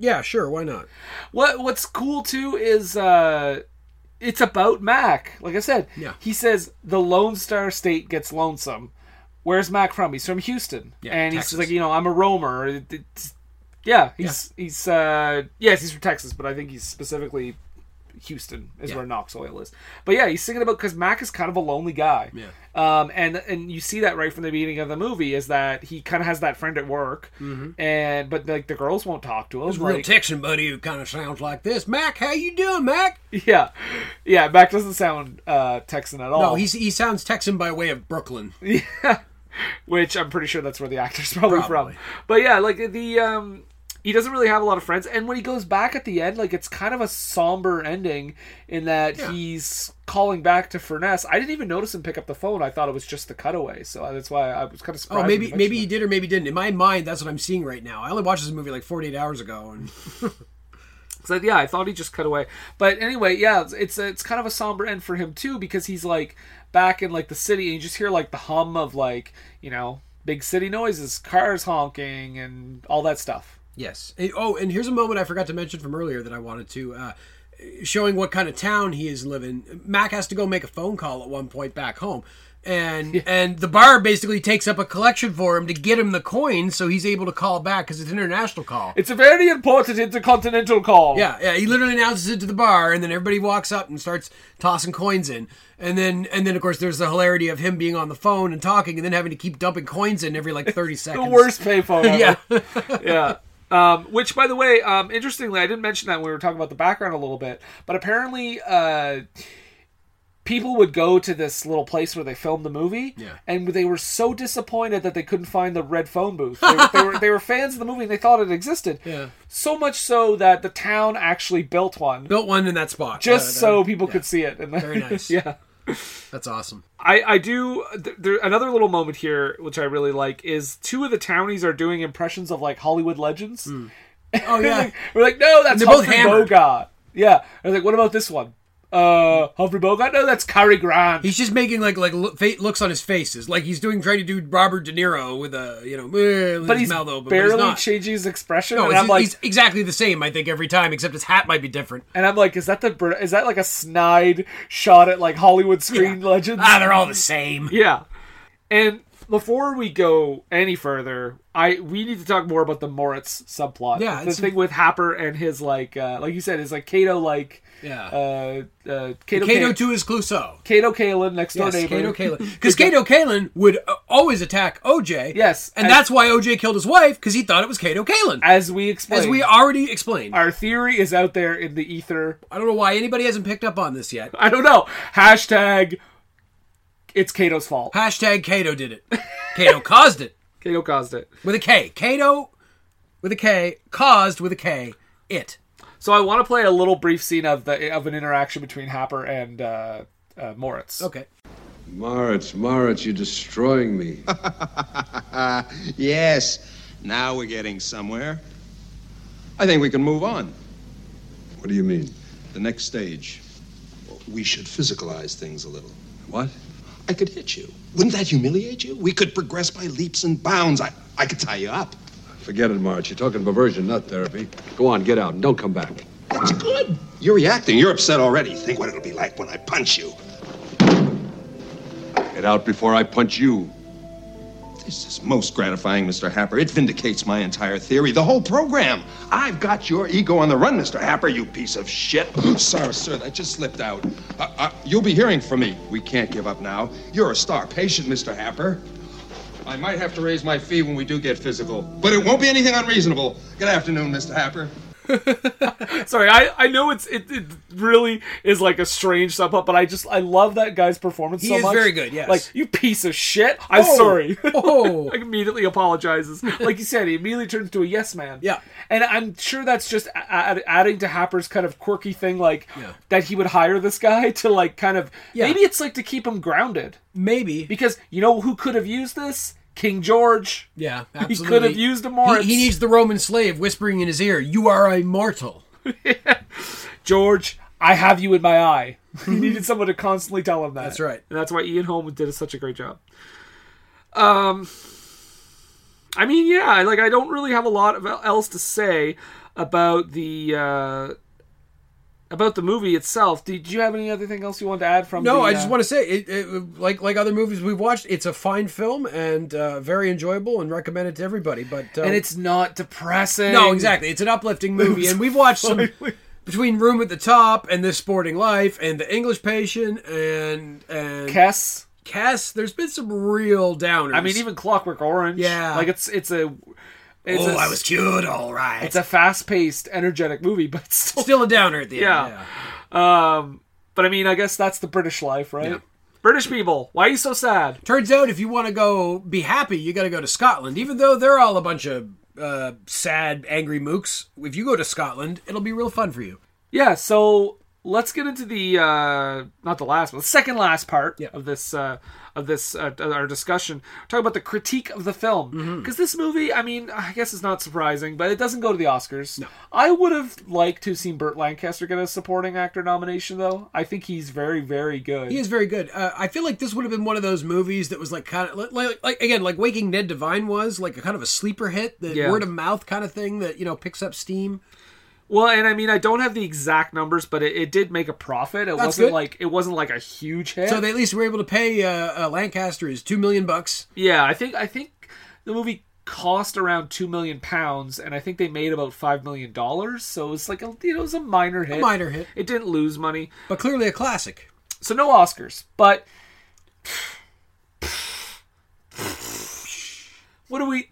S2: Yeah, sure. Why not?
S3: What What's cool too is uh, it's about Mac. Like I said,
S2: Yeah.
S3: he says the Lone Star State gets lonesome. Where's Mac from? He's from Houston,
S2: Yeah,
S3: and he's
S2: Texas.
S3: like, you know, I'm a roamer. It- it's- yeah, he's he's uh, yes, he's from Texas, but I think he's specifically Houston is
S2: Yeah.
S3: where Knox Oil is. But yeah, he's singing about because Mac is kind of a lonely guy.
S2: Yeah.
S3: Um, and and you see that right from the beginning of the movie is that he kind of has that friend at work, and but like the girls won't talk to him.
S2: There's a Mm-hmm. real
S3: like-
S2: Texan buddy who kind of sounds like this. Mac, how you doing, Mac?
S3: Yeah, yeah. Mac doesn't sound uh, Texan at all.
S2: No, Oh, he's, he sounds Texan by way of Brooklyn.
S3: yeah, which I'm pretty sure that's where the actor's probably,
S2: Probably.
S3: from. But yeah, like the um, he doesn't really have a lot of friends, and when he goes back at the end, like it's kind of a somber ending in that he's calling back to Furness. I didn't even notice him pick up the phone. I thought it was just the cutaway, so uh, that's why I was kind of surprised.
S2: Oh,
S3: when
S2: maybe
S3: you
S2: maybe he
S3: mentioned
S2: did or maybe didn't. In my mind, that's what I'm seeing right now. I only watched this movie like 48 hours ago, and
S3: that. So, yeah, I thought he just cut away. But anyway, yeah, it's it's, it's kind of a somber end for him too because he's like back in like the city, and you just hear like the hum of like you know big city noises, cars honking, and all that stuff.
S2: Yes. Eh, Oh, and here's a moment I forgot to mention from earlier that I wanted to uh, showing what kind of town he is living. Mac has to go make a phone call at one point back home. and and the bar basically takes up a collection for him to get him the coin so he's able to call back because it's an international call.
S3: It's a very important intercontinental call.
S2: Yeah, yeah. He literally announces it to the bar, and then everybody walks up and starts tossing coins in. And then, and then, of course, there's the hilarity of him being on the phone and talking, and then having to keep dumping coins in every like 30 seconds.
S3: The worst payphone ever.
S2: yeah,
S3: yeah. Um, which, by the way, um, interestingly, I didn't mention that when we were talking about the background a little bit, but apparently, uh, people would go to this little place where they filmed the movie,
S2: Yeah.
S3: and they were so disappointed that they couldn't find the red phone booth. They were, they were, they were fans of the movie and they thought it existed.
S2: Yeah.
S3: So much so that the town actually built one.
S2: built one in that spot
S3: Just
S2: Uh,
S3: so
S2: that-
S3: people could see it, and then,
S2: Very nice.
S3: yeah,
S2: That's awesome.
S3: I, I do th- there, another little moment here which I really like is two of the townies are doing impressions of like Hollywood legends.
S2: Oh yeah,
S3: We're like, no, that's
S2: And they're both
S3: Humphrey
S2: hammered.
S3: Bogart. Yeah, I was like, what about this one? Uh, Humphrey Bogart? No, that's Cary Grant.
S2: he's just making like like look, fa- looks on his faces, like he's doing trying to do Robert De Niro with a you know, eh, with
S3: but he's
S2: his mouth open,
S3: barely
S2: but he's not.
S3: changing his expression.
S2: no,
S3: and
S2: it's-
S3: I'm like,
S2: he's exactly the same, I think, every time, except his hat might be different.
S3: and I'm like, is that the Br- is that like a snide shot at like Hollywood screen legends?
S2: Ah, they're all the same.
S3: Yeah. And before we go any further, I we need to talk more about the Moritz subplot.
S2: Yeah,
S3: the
S2: it's-
S3: thing with Happer and his like, uh, like you said, his like Cato like,
S2: Yeah.
S3: uh, uh, Cato
S2: Kato
S3: Cato
S2: too is Clouseau.
S3: Cato Kalin next door
S2: Yes,
S3: neighbor.
S2: Kato Kalin. Because Kato Kalin would uh, always attack OJ.
S3: Yes,
S2: And
S3: as-
S2: that's why OJ killed his wife, because he thought it was Kato Kalin.
S3: as we explained,
S2: As we already explained.
S3: our theory is out there in the ether.
S2: I don't know why anybody hasn't picked up on this yet.
S3: I don't know. Hashtag. It's Cato's fault.
S2: Hashtag Kato did it. Kato caused it.
S3: Cato caused it.
S2: With a K. Kato with a K. Caused with a K. It.
S3: So I want to play a little brief scene of the of an interaction between Happer and uh, uh, Moritz.
S2: Okay.
S13: Moritz, Moritz, you're destroying me.
S14: yes, now we're getting somewhere. I think we can move on.
S13: What do you mean?
S14: The next stage.
S8: We should physicalize things a little.
S13: What?
S8: I could hit you. Wouldn't that humiliate you? We could progress by leaps and bounds. I, I could tie you up.
S13: Forget it, Moritz. You're talking perversion, not therapy. Go on, get out and don't come back.
S8: That's good. You're reacting. You're upset already. Think what it'll be like when I punch you.
S13: Get out before I punch you.
S14: This is most gratifying, Mr. Happer. It vindicates my entire theory, the whole program. I've got your ego on the run, Mr. Happer, you piece of shit. Sorry, sir, that just slipped out. Uh, uh, you'll be hearing from me. We can't give up now. You're a star patient, Mr. Happer. I might have to raise my fee when we do get physical, but it won't be anything unreasonable. Good afternoon, Mr. Happer.
S3: Sorry, I, I know it's it, it really is like a strange sub up, but I just I love that guy's performance
S2: He
S3: so
S2: is
S3: much.
S2: very good, yes.
S3: Like you piece of shit. I'm
S2: Oh.
S3: sorry.
S2: Oh.
S3: like immediately apologizes. Like you said, he immediately turns to a yes man.
S2: Yeah.
S3: And I'm sure that's just a- a- adding to Happer's kind of quirky thing, like
S2: Yeah.
S3: that he would hire this guy to like kind of
S2: Yeah.
S3: maybe it's like to keep him grounded
S2: Maybe.
S3: because you know who could have used this King George.
S2: Yeah, absolutely.
S3: He could have used a Moritz.
S2: He, he needs the Roman slave whispering in his ear, You are a mortal.
S3: George, I have you in my eye. he needed someone to constantly tell him that.
S2: That's right.
S3: And that's why Ian Holm did such a great job. Um, I mean, yeah, I- like I don't really have a lot of el- else to say about the uh, about the movie itself. Did you have any other thing else you wanted to add from?
S2: No,
S3: the,
S2: I just
S3: uh,
S2: want to say, it, it, like like other movies we've watched, it's a fine film and uh, very enjoyable and recommended to everybody. But uh,
S3: And it's not depressing.
S2: no, exactly, it's an uplifting movie, and we've watched some between Room at the Top and This Sporting Life and The English Patient and and
S3: Kess.
S2: Cass. There's been some real downers.
S3: I mean, even Clockwork Orange.
S2: Yeah.
S3: like it's it's a. It's
S2: oh,
S3: a-
S2: I was cured, all right.
S3: It's a fast-paced, energetic movie, but it's still
S2: still a downer at the end.
S3: Yeah.
S2: Yeah.
S3: Um, but I mean, I guess that's the British life, right? British people, why are you so sad?
S2: Turns out, if you want to go be happy, you got to go to Scotland. Even though they're all a bunch of uh, sad, angry mooks, if you go to Scotland, it'll be real fun for you.
S3: Yeah, so let's get into the uh, not the last, but the second last part of this uh, of this uh, our discussion. Talk about the critique of the
S2: Mm-hmm.
S3: film because this movie, I mean, I guess it's not surprising, but it doesn't go to the Oscars. I would have liked to have seen Burt Lancaster get a supporting actor nomination, though. I think he's very, very good.
S2: He is very good. Uh, I feel like this would have been one of those movies that was like kind of like, like, like again like Waking Ned Divine was like a kind of a sleeper hit, the
S3: Yeah.
S2: word of mouth kind of thing that you know picks up steam.
S3: Well, and I mean, I don't have the exact numbers, but it, it did make a profit. It
S2: That's
S3: wasn't
S2: good.
S3: like it wasn't like a huge hit.
S2: So they at least were able to pay uh, uh, Lancaster his two million bucks.
S3: yeah, I think I think the movie cost around two million pounds, and I think they made about five million dollars. So it's like a, you know, it was a minor hit.
S2: minor hit.
S3: It didn't lose money,
S2: but clearly a classic.
S3: So no Oscars, but what do we?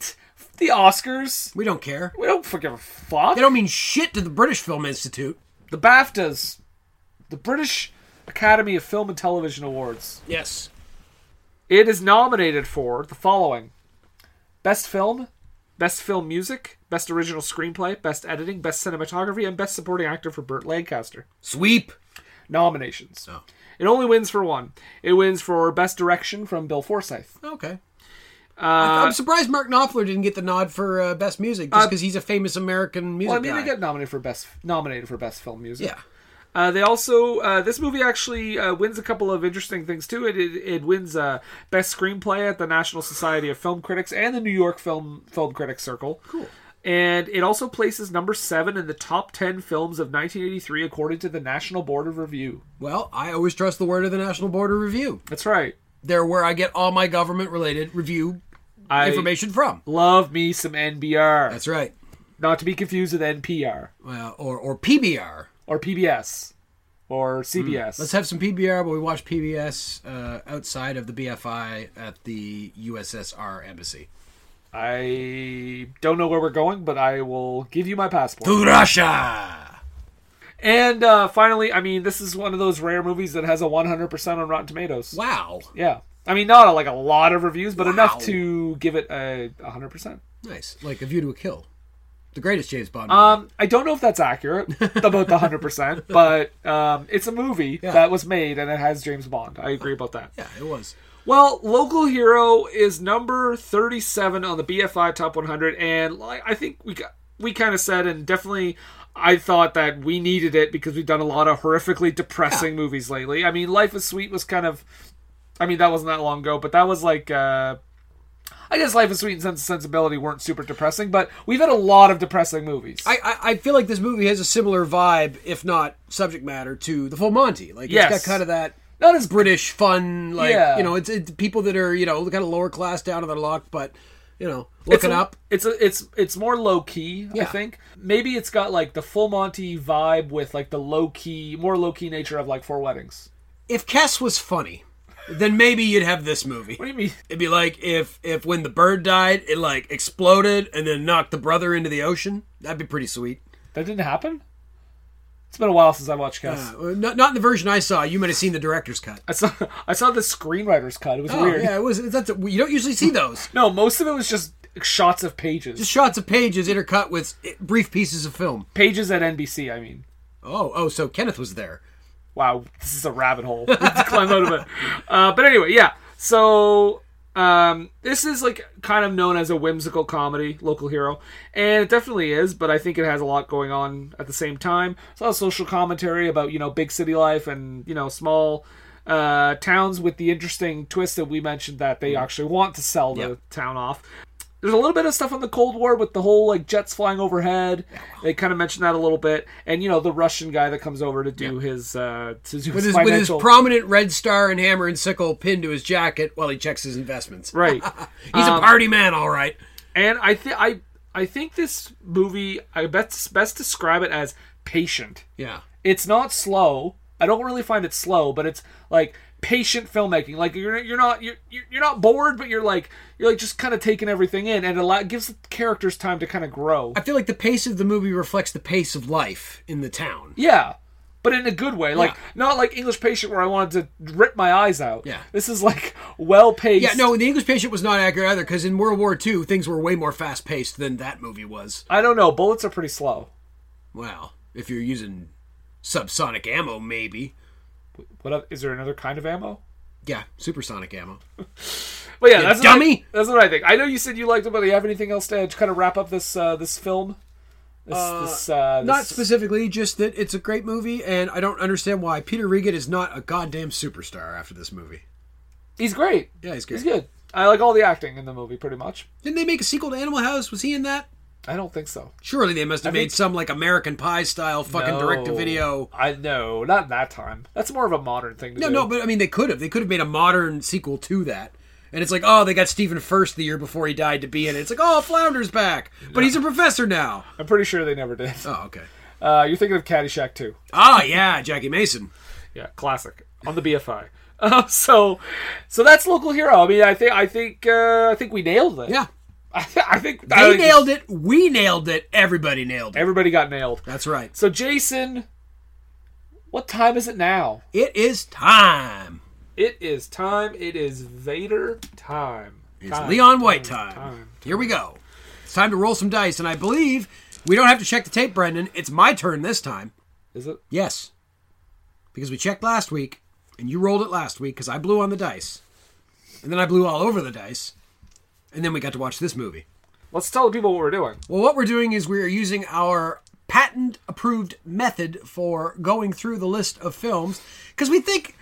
S3: The Oscars?
S2: We don't care.
S3: We don't forgive a fuck.
S2: They don't mean shit to the British Film Institute.
S3: The BAFTAs, the British Academy of Film and Television Awards.
S2: Yes.
S3: It is nominated for the following Best Film, Best Film Music, Best Original Screenplay, Best Editing, Best Cinematography, and Best Supporting Actor for Burt Lancaster.
S2: Sweep.
S3: Nominations. It only wins for one. It wins for Best Direction from Bill Forsyth.
S2: Okay.
S3: Uh,
S2: I'm surprised Mark Knopfler didn't get the nod for uh, best music just because he's a famous American music
S3: well, I mean,
S2: guy.
S3: they get nominated for best nominated for best film music.
S2: Yeah.
S3: Uh, they also uh, this movie actually uh, wins a couple of interesting things too. It it, it wins uh, best screenplay at the National Society of Film Critics and the New York Film Film Critics Circle. Cool. And it also places number seven in the top ten films of 1983 according to the National Board of Review.
S2: Well, I always trust the word of the National Board of Review.
S3: That's right.
S2: They're where I get all my government related review
S3: I-
S2: information from.
S3: Love me some NBR.
S2: That's right.
S3: Not to be confused with NPR
S2: Well, or, or PBR.
S3: or PBS or CBS.
S2: Let's have some PBR, but we watch PBS uh, outside of the BFI at the USSR embassy.
S3: I don't know where we're going, but I will give you my passport.
S2: To Russia!
S3: And uh, finally, I mean, this is one of those rare movies that has a 100% on Rotten Tomatoes.
S2: Wow.
S3: Yeah. I mean, not like a lot of reviews, but
S2: Wow.
S3: enough to give it a 100%.
S2: Nice. Like A View to a Kill. The greatest James Bond movie.
S3: Um, I don't know if that's accurate about the 100%, but um, it's a movie
S2: Yeah.
S3: that was made and it has James Bond. I agree about that.
S2: yeah, it was.
S3: Well, Local Hero is number 37 on the BFI Top 100, and like, I think we got, we kind of said, and definitely I thought that we needed it because we've done a lot of horrifically depressing movies lately. I mean, Life is Sweet was kind of, I mean, that wasn't that long ago, but that was like, uh, I guess Life is Sweet and Sense and Sensibility weren't super depressing, but we've had a lot of depressing movies.
S2: I, I, I feel like this movie has a similar vibe, if not subject matter, to the Full Monty. Like it's
S3: Yes.
S2: got kind of that not as British fun, like
S3: Yeah.
S2: you know, it's, it's people that are you know kind of lower class down on their luck, but you know,
S3: It's
S2: looking
S3: a-
S2: up.
S3: It's a, it's it's more low key. I
S2: Yeah.
S3: think maybe it's got like the full Monty vibe with like the low key, more low key nature of like Four Weddings.
S2: If Cass was funny, then maybe you'd have this movie.
S3: What do you mean?
S2: It'd be like if if when the bird died, it like exploded and then knocked the brother into the ocean. That'd be pretty sweet.
S3: That didn't happen. It's been a while since I watched Cass.
S2: Uh, not not in the version I saw. You might have seen the director's cut.
S3: I saw I saw the screenwriter's cut. It was
S2: Oh,
S3: weird.
S2: yeah, it was. That's a, you don't usually see those.
S3: No, most of it was just shots of pages.
S2: Just shots of pages intercut with brief pieces of film.
S3: pages at NBC. I mean,
S2: Oh, oh, so Kenneth was there.
S3: wow, this is a rabbit hole. We have to climb out of it. Uh, but anyway, yeah. So um, this is like kind of known as a whimsical comedy, local hero, and it definitely is. But I think it has a lot going on at the same time. It's a lot of social commentary about you know big city life and you know small uh, towns with the interesting twist that we mentioned that they actually want to sell the town off. There's a little bit of stuff on the Cold War with the whole like jets flying overhead. They kind of mentioned that a little bit, and you know the Russian guy that comes over to do his uh, to do
S2: With
S3: his
S2: his, with his
S3: financial
S2: prominent red star and hammer and sickle pinned to his jacket while he checks his investments.
S3: right.
S2: He's a party man, all right.
S3: And I think I I think this movie I best best describe it as patient.
S2: Yeah.
S3: It's not slow. I don't really find it slow, but it's like patient filmmaking. Like you're you're not you're you're you're not bored, but you're like you're like just kind of taking everything in, and it allow, gives the characters time to kind of grow.
S2: I feel like the pace of the movie reflects the pace of life in the town.
S3: Yeah. But in a good way, like not like English Patient, where I wanted to rip my eyes out.
S2: Yeah.
S3: this is like well paced.
S2: Yeah, no, the English Patient was not accurate either because in World War II, things were way more fast paced than that movie was.
S3: I don't know. Bullets are pretty slow.
S2: Well, if you're using subsonic ammo, maybe.
S3: What oth- is there another kind of ammo?
S2: Yeah, supersonic ammo.
S3: But yeah,
S2: You
S3: that's what I-
S2: dummy!
S3: that's what I think. I know you said you liked it, but do you have anything else to kind of wrap up this uh, this film? This, this, uh, this,
S2: Not specifically, just that it's a great movie, and I don't understand why Peter Regan is not a goddamn superstar after this movie.
S3: He's great.
S2: Yeah, he's great.
S3: He's good. I like all the acting in the movie, pretty much.
S2: Didn't they make a sequel to Animal House? Was he in that?
S3: I don't think so.
S2: Surely they must have
S3: I
S2: made
S3: think-
S2: some like American Pie style fucking
S3: No.
S2: direct to video.
S3: I no, not that time. That's more of a modern thing. To
S2: No,
S3: do.
S2: no, but I mean they could have. They could have made a modern sequel to that. And it's like, oh, they got Stephen First the year before he died to be in it. It's like, oh, Flounder's back, but he's a professor now.
S3: I'm pretty sure they never did.
S2: Oh, okay.
S3: Uh, you're thinking of Caddyshack too.
S2: Ah, yeah, Jackie Mason.
S3: Yeah, classic on the BFI. Uh, so, so that's local hero. I mean, I think I think uh, I think we nailed it.
S2: Yeah.
S3: I, thi- I think I
S2: They
S3: think-
S2: nailed it. We nailed it. Everybody nailed it.
S3: Everybody got nailed.
S2: That's right.
S3: So Jason, what time is it now?
S2: It is time.
S3: It is time. It is Vader time.
S2: It's
S3: Time,
S2: Leon White time.
S3: time.
S2: Here we go. It's time to roll some dice, and I believe we don't have to check the tape, Brendan. It's my turn this time.
S3: Is it?
S2: Yes. Because we checked last week, and you rolled it last week because I blew on the dice. And then I blew all over the dice. And then we got to watch this movie.
S3: Let's tell the people what we're doing.
S2: Well, what we're doing is we're using our patent approved method for going through the list of films because we think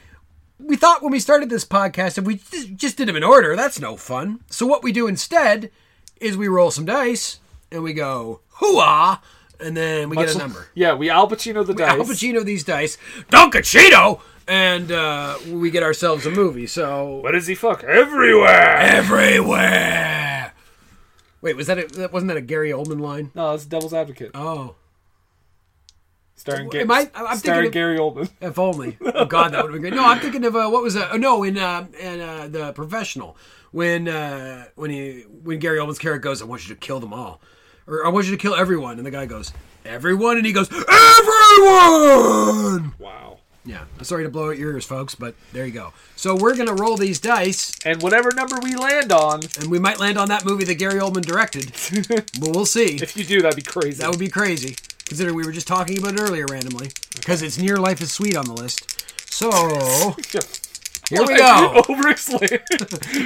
S2: we thought when we started this podcast if we just- just did them in order that's no fun so what we do instead is we roll some dice and we go hooah and then we get
S3: Much-
S2: a number
S3: Yeah, we Al Pacino the
S2: we
S3: dice.
S2: Al Pacino these dice Don Cheeto and uh, we get ourselves a movie so
S3: What does he fuck? Everywhere.
S2: everywhere wait was that a, that wasn't that a Gary Oldman line
S3: No, it's Devil's Advocate.
S2: oh
S3: Starring, Ga-
S2: Am I- I'm thinking
S3: starring
S2: of-
S3: Gary Oldman.
S2: If only. Oh God, that would have been great. No, I'm thinking of uh, what was that? Oh, no, in uh, in uh, the professional when uh, when he when Gary Oldman's character goes, "I want you to kill them all," or "I want you to kill everyone," and the guy goes, "Everyone," and he goes, "Everyone."
S3: Wow.
S2: Yeah, I'm sorry to blow out your ears, folks, but there you go. So we're gonna roll these dice,
S3: And whatever number we land on,
S2: and we might land on that movie that Gary Oldman directed, but we'll see.
S3: if you do, that'd be crazy.
S2: That would be crazy, considering we were just talking about it earlier randomly, because it's near Life is Sweet on the list. So here we go.
S3: Over explained.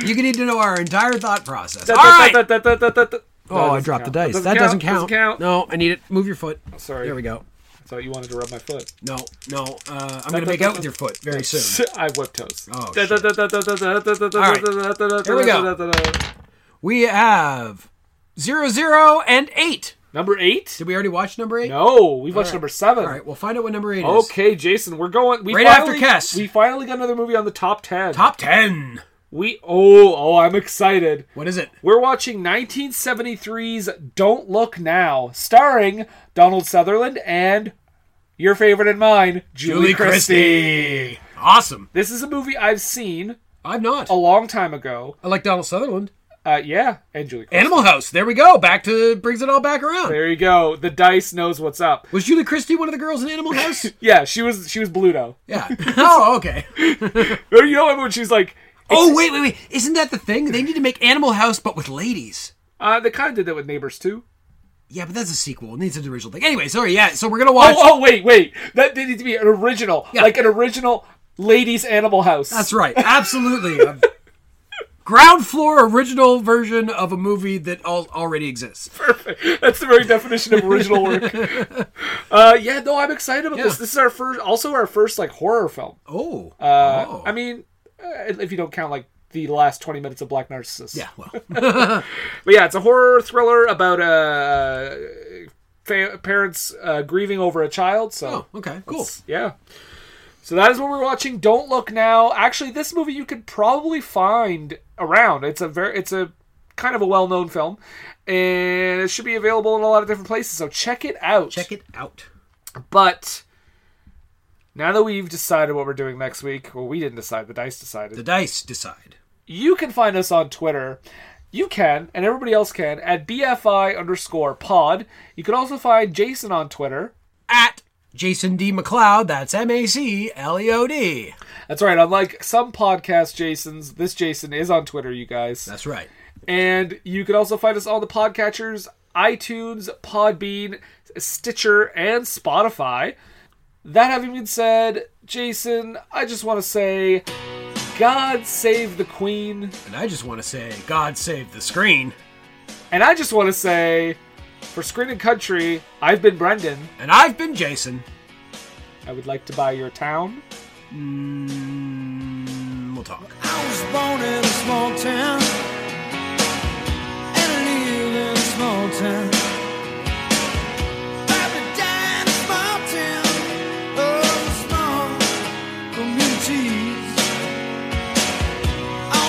S2: You can need to know our entire thought process.
S3: All
S2: All
S3: right.
S2: right.
S3: Oh,
S2: Oh, I dropped the dice. that doesn't count. No, I need it. Move your foot.
S3: Sorry.
S2: There we go.
S3: I thought you wanted to rub my foot.
S2: No, no. Uh, I'm going to make out with your foot very soon.
S3: I whip toes.
S2: Oh, shit.
S3: Here
S2: Here we go. We have zero, zero, and eight.
S3: Number eight?
S2: Did we already watch number eight?
S3: No, we watched number seven.
S2: All right, we'll find out what number eight is.
S3: Okay, Jason, we're going. We
S2: Right
S3: finally,
S2: after Kess.
S3: We finally got another movie on the top ten.
S2: Top ten.
S3: We oh oh, I'm excited.
S2: What is it?
S3: We're watching 1973's Don't Look Now, starring Donald Sutherland and your favorite and mine, Julie, Christie.
S2: Christie. Awesome.
S3: This is a movie I've seen
S2: I'm not.
S3: a long time ago.
S2: I like Donald Sutherland.
S3: Uh, yeah, and Julie Christie.
S2: Animal House. There we go. Back to brings it all back around.
S3: There you go. The dice knows what's up.
S2: Was Julie Christie one of the girls in Animal House?
S3: Yeah, she was she was Bluto.
S2: yeah. Oh, okay.
S3: Or You know when she's like,
S2: Oh wait, wait, wait! Isn't that the thing? They need to make Animal House, but with ladies.
S3: uh, they kind of did that with Neighbors too.
S2: Yeah, but that's a sequel. It needs an original thing. Anyway, sorry. Yeah, so we're gonna watch.
S3: Oh, oh wait, wait, that did need to be an original,
S2: Yeah.
S3: like an original ladies' Animal House.
S2: That's right. Absolutely. A ground floor original version of a movie that al- already exists.
S3: That's the very definition of original work. uh, yeah, no, I'm excited about this.
S2: Yeah.
S3: This is our first, also our first like horror film.
S2: Oh.
S3: Uh,
S2: Oh.
S3: I mean, uh, if you don't count like the last 20 minutes of Black Narcissus.
S2: yeah. Well.
S3: But yeah, it's a horror thriller about uh, fa- parents uh, grieving over a child. So
S2: Oh. Okay. Cool.
S3: yeah. So that is what we're watching. Don't look now. Actually, this movie you could probably find around. It's a very, it's a kind of a well-known film, and it should be available in a lot of different places. So check it out.
S2: Check it out.
S3: But now that we've decided what we're doing next week, well, we didn't decide. The dice decided.
S2: The dice decide.
S3: you can find us on Twitter. You can, and everybody else can, at BFI underscore pod. You can also find Jason on Twitter.
S2: At Jason D. McLeod. That's M A C L E O D.
S3: That's right, unlike some podcast Jasons, this Jason is on Twitter, you guys.
S2: That's right.
S3: And you can also find us on the podcatchers, iTunes, Podbean, Stitcher, and Spotify. That having been said, Jason, I just want to say, God save the Queen.
S2: And I just want to say, God save the screen.
S3: And I just want to say, for Screen and Country, I've been Brendan.
S2: And I've been Jason.
S3: I would like to buy your town.
S2: Mm, we'll talk.
S12: I was born in a small town and I live in a small town.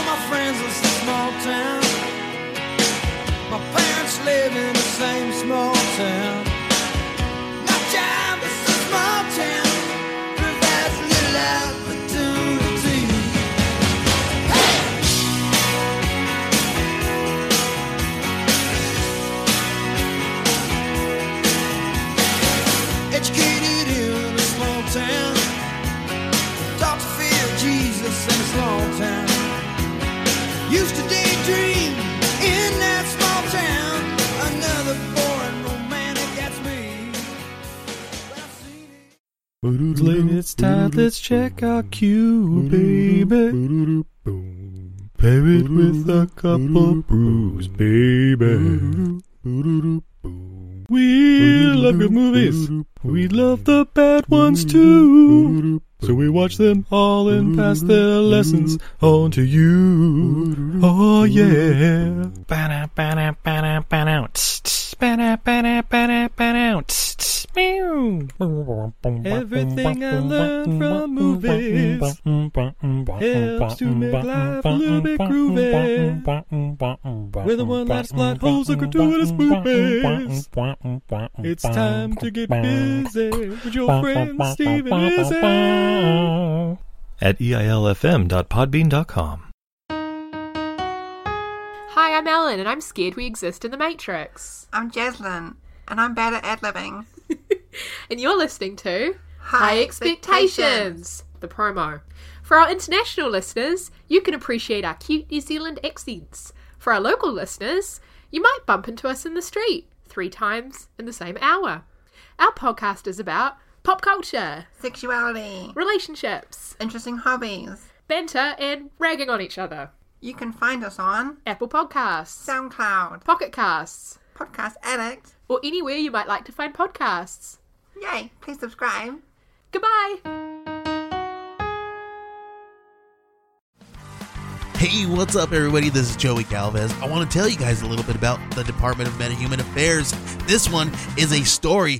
S15: oh, My parents live in the same small town. My town is a small town, provides little opportunity. Hey! Educated in a small town, taught to fear Jesus in a small town. Used to daydream in that small town. Another boring romantic, that's me.
S16: It's late, it's time, let's check our cue, baby. Pair it with a couple brews, baby. We love good movies. We love the bad ones too. So we watch them all and pass their lessons on to you. Oh yeah.
S17: Ba-da, ba-da, ba-da, ba-da, tss, tss, ba-da, ba-da, ba-da, ba-da, tss, tss, meow.
S16: Everything I learned from movies helps to make life a little bit groovy. With a one-last plot holes or gratuitous movies. It's time to get busy with your friend Steven Izzy.
S17: At eilfm.podbean.com.
S18: Hi, I'm Ellen, and I'm scared we exist in the Matrix.
S19: I'm Jaslyn, and I'm bad at ad libbing.
S18: And you're listening to
S19: High
S18: High Expectations, the promo. For our international listeners, you can appreciate our cute New Zealand accents. For our local listeners, you might bump into us in the street three times in the same hour. Our podcast is about pop culture,
S19: Sexuality,
S18: relationships,
S19: interesting hobbies.
S18: banter, and ragging on each other.
S19: You can find us on
S18: Apple Podcasts,
S19: SoundCloud,
S18: Pocket Casts,
S19: Podcast Addict.
S18: or anywhere you might like to find podcasts.
S19: Yay, please subscribe.
S18: Goodbye!
S20: Hey, what's up, everybody? This is Joey Galvez. I want to tell you guys a little bit about the Department of MetaHuman Affairs. This one is a story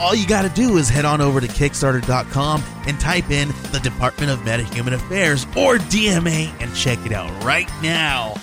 S20: All you got to do is head on over to Kickstarter.com and type in the Department of Meta Human Affairs or DMA and check it out right now.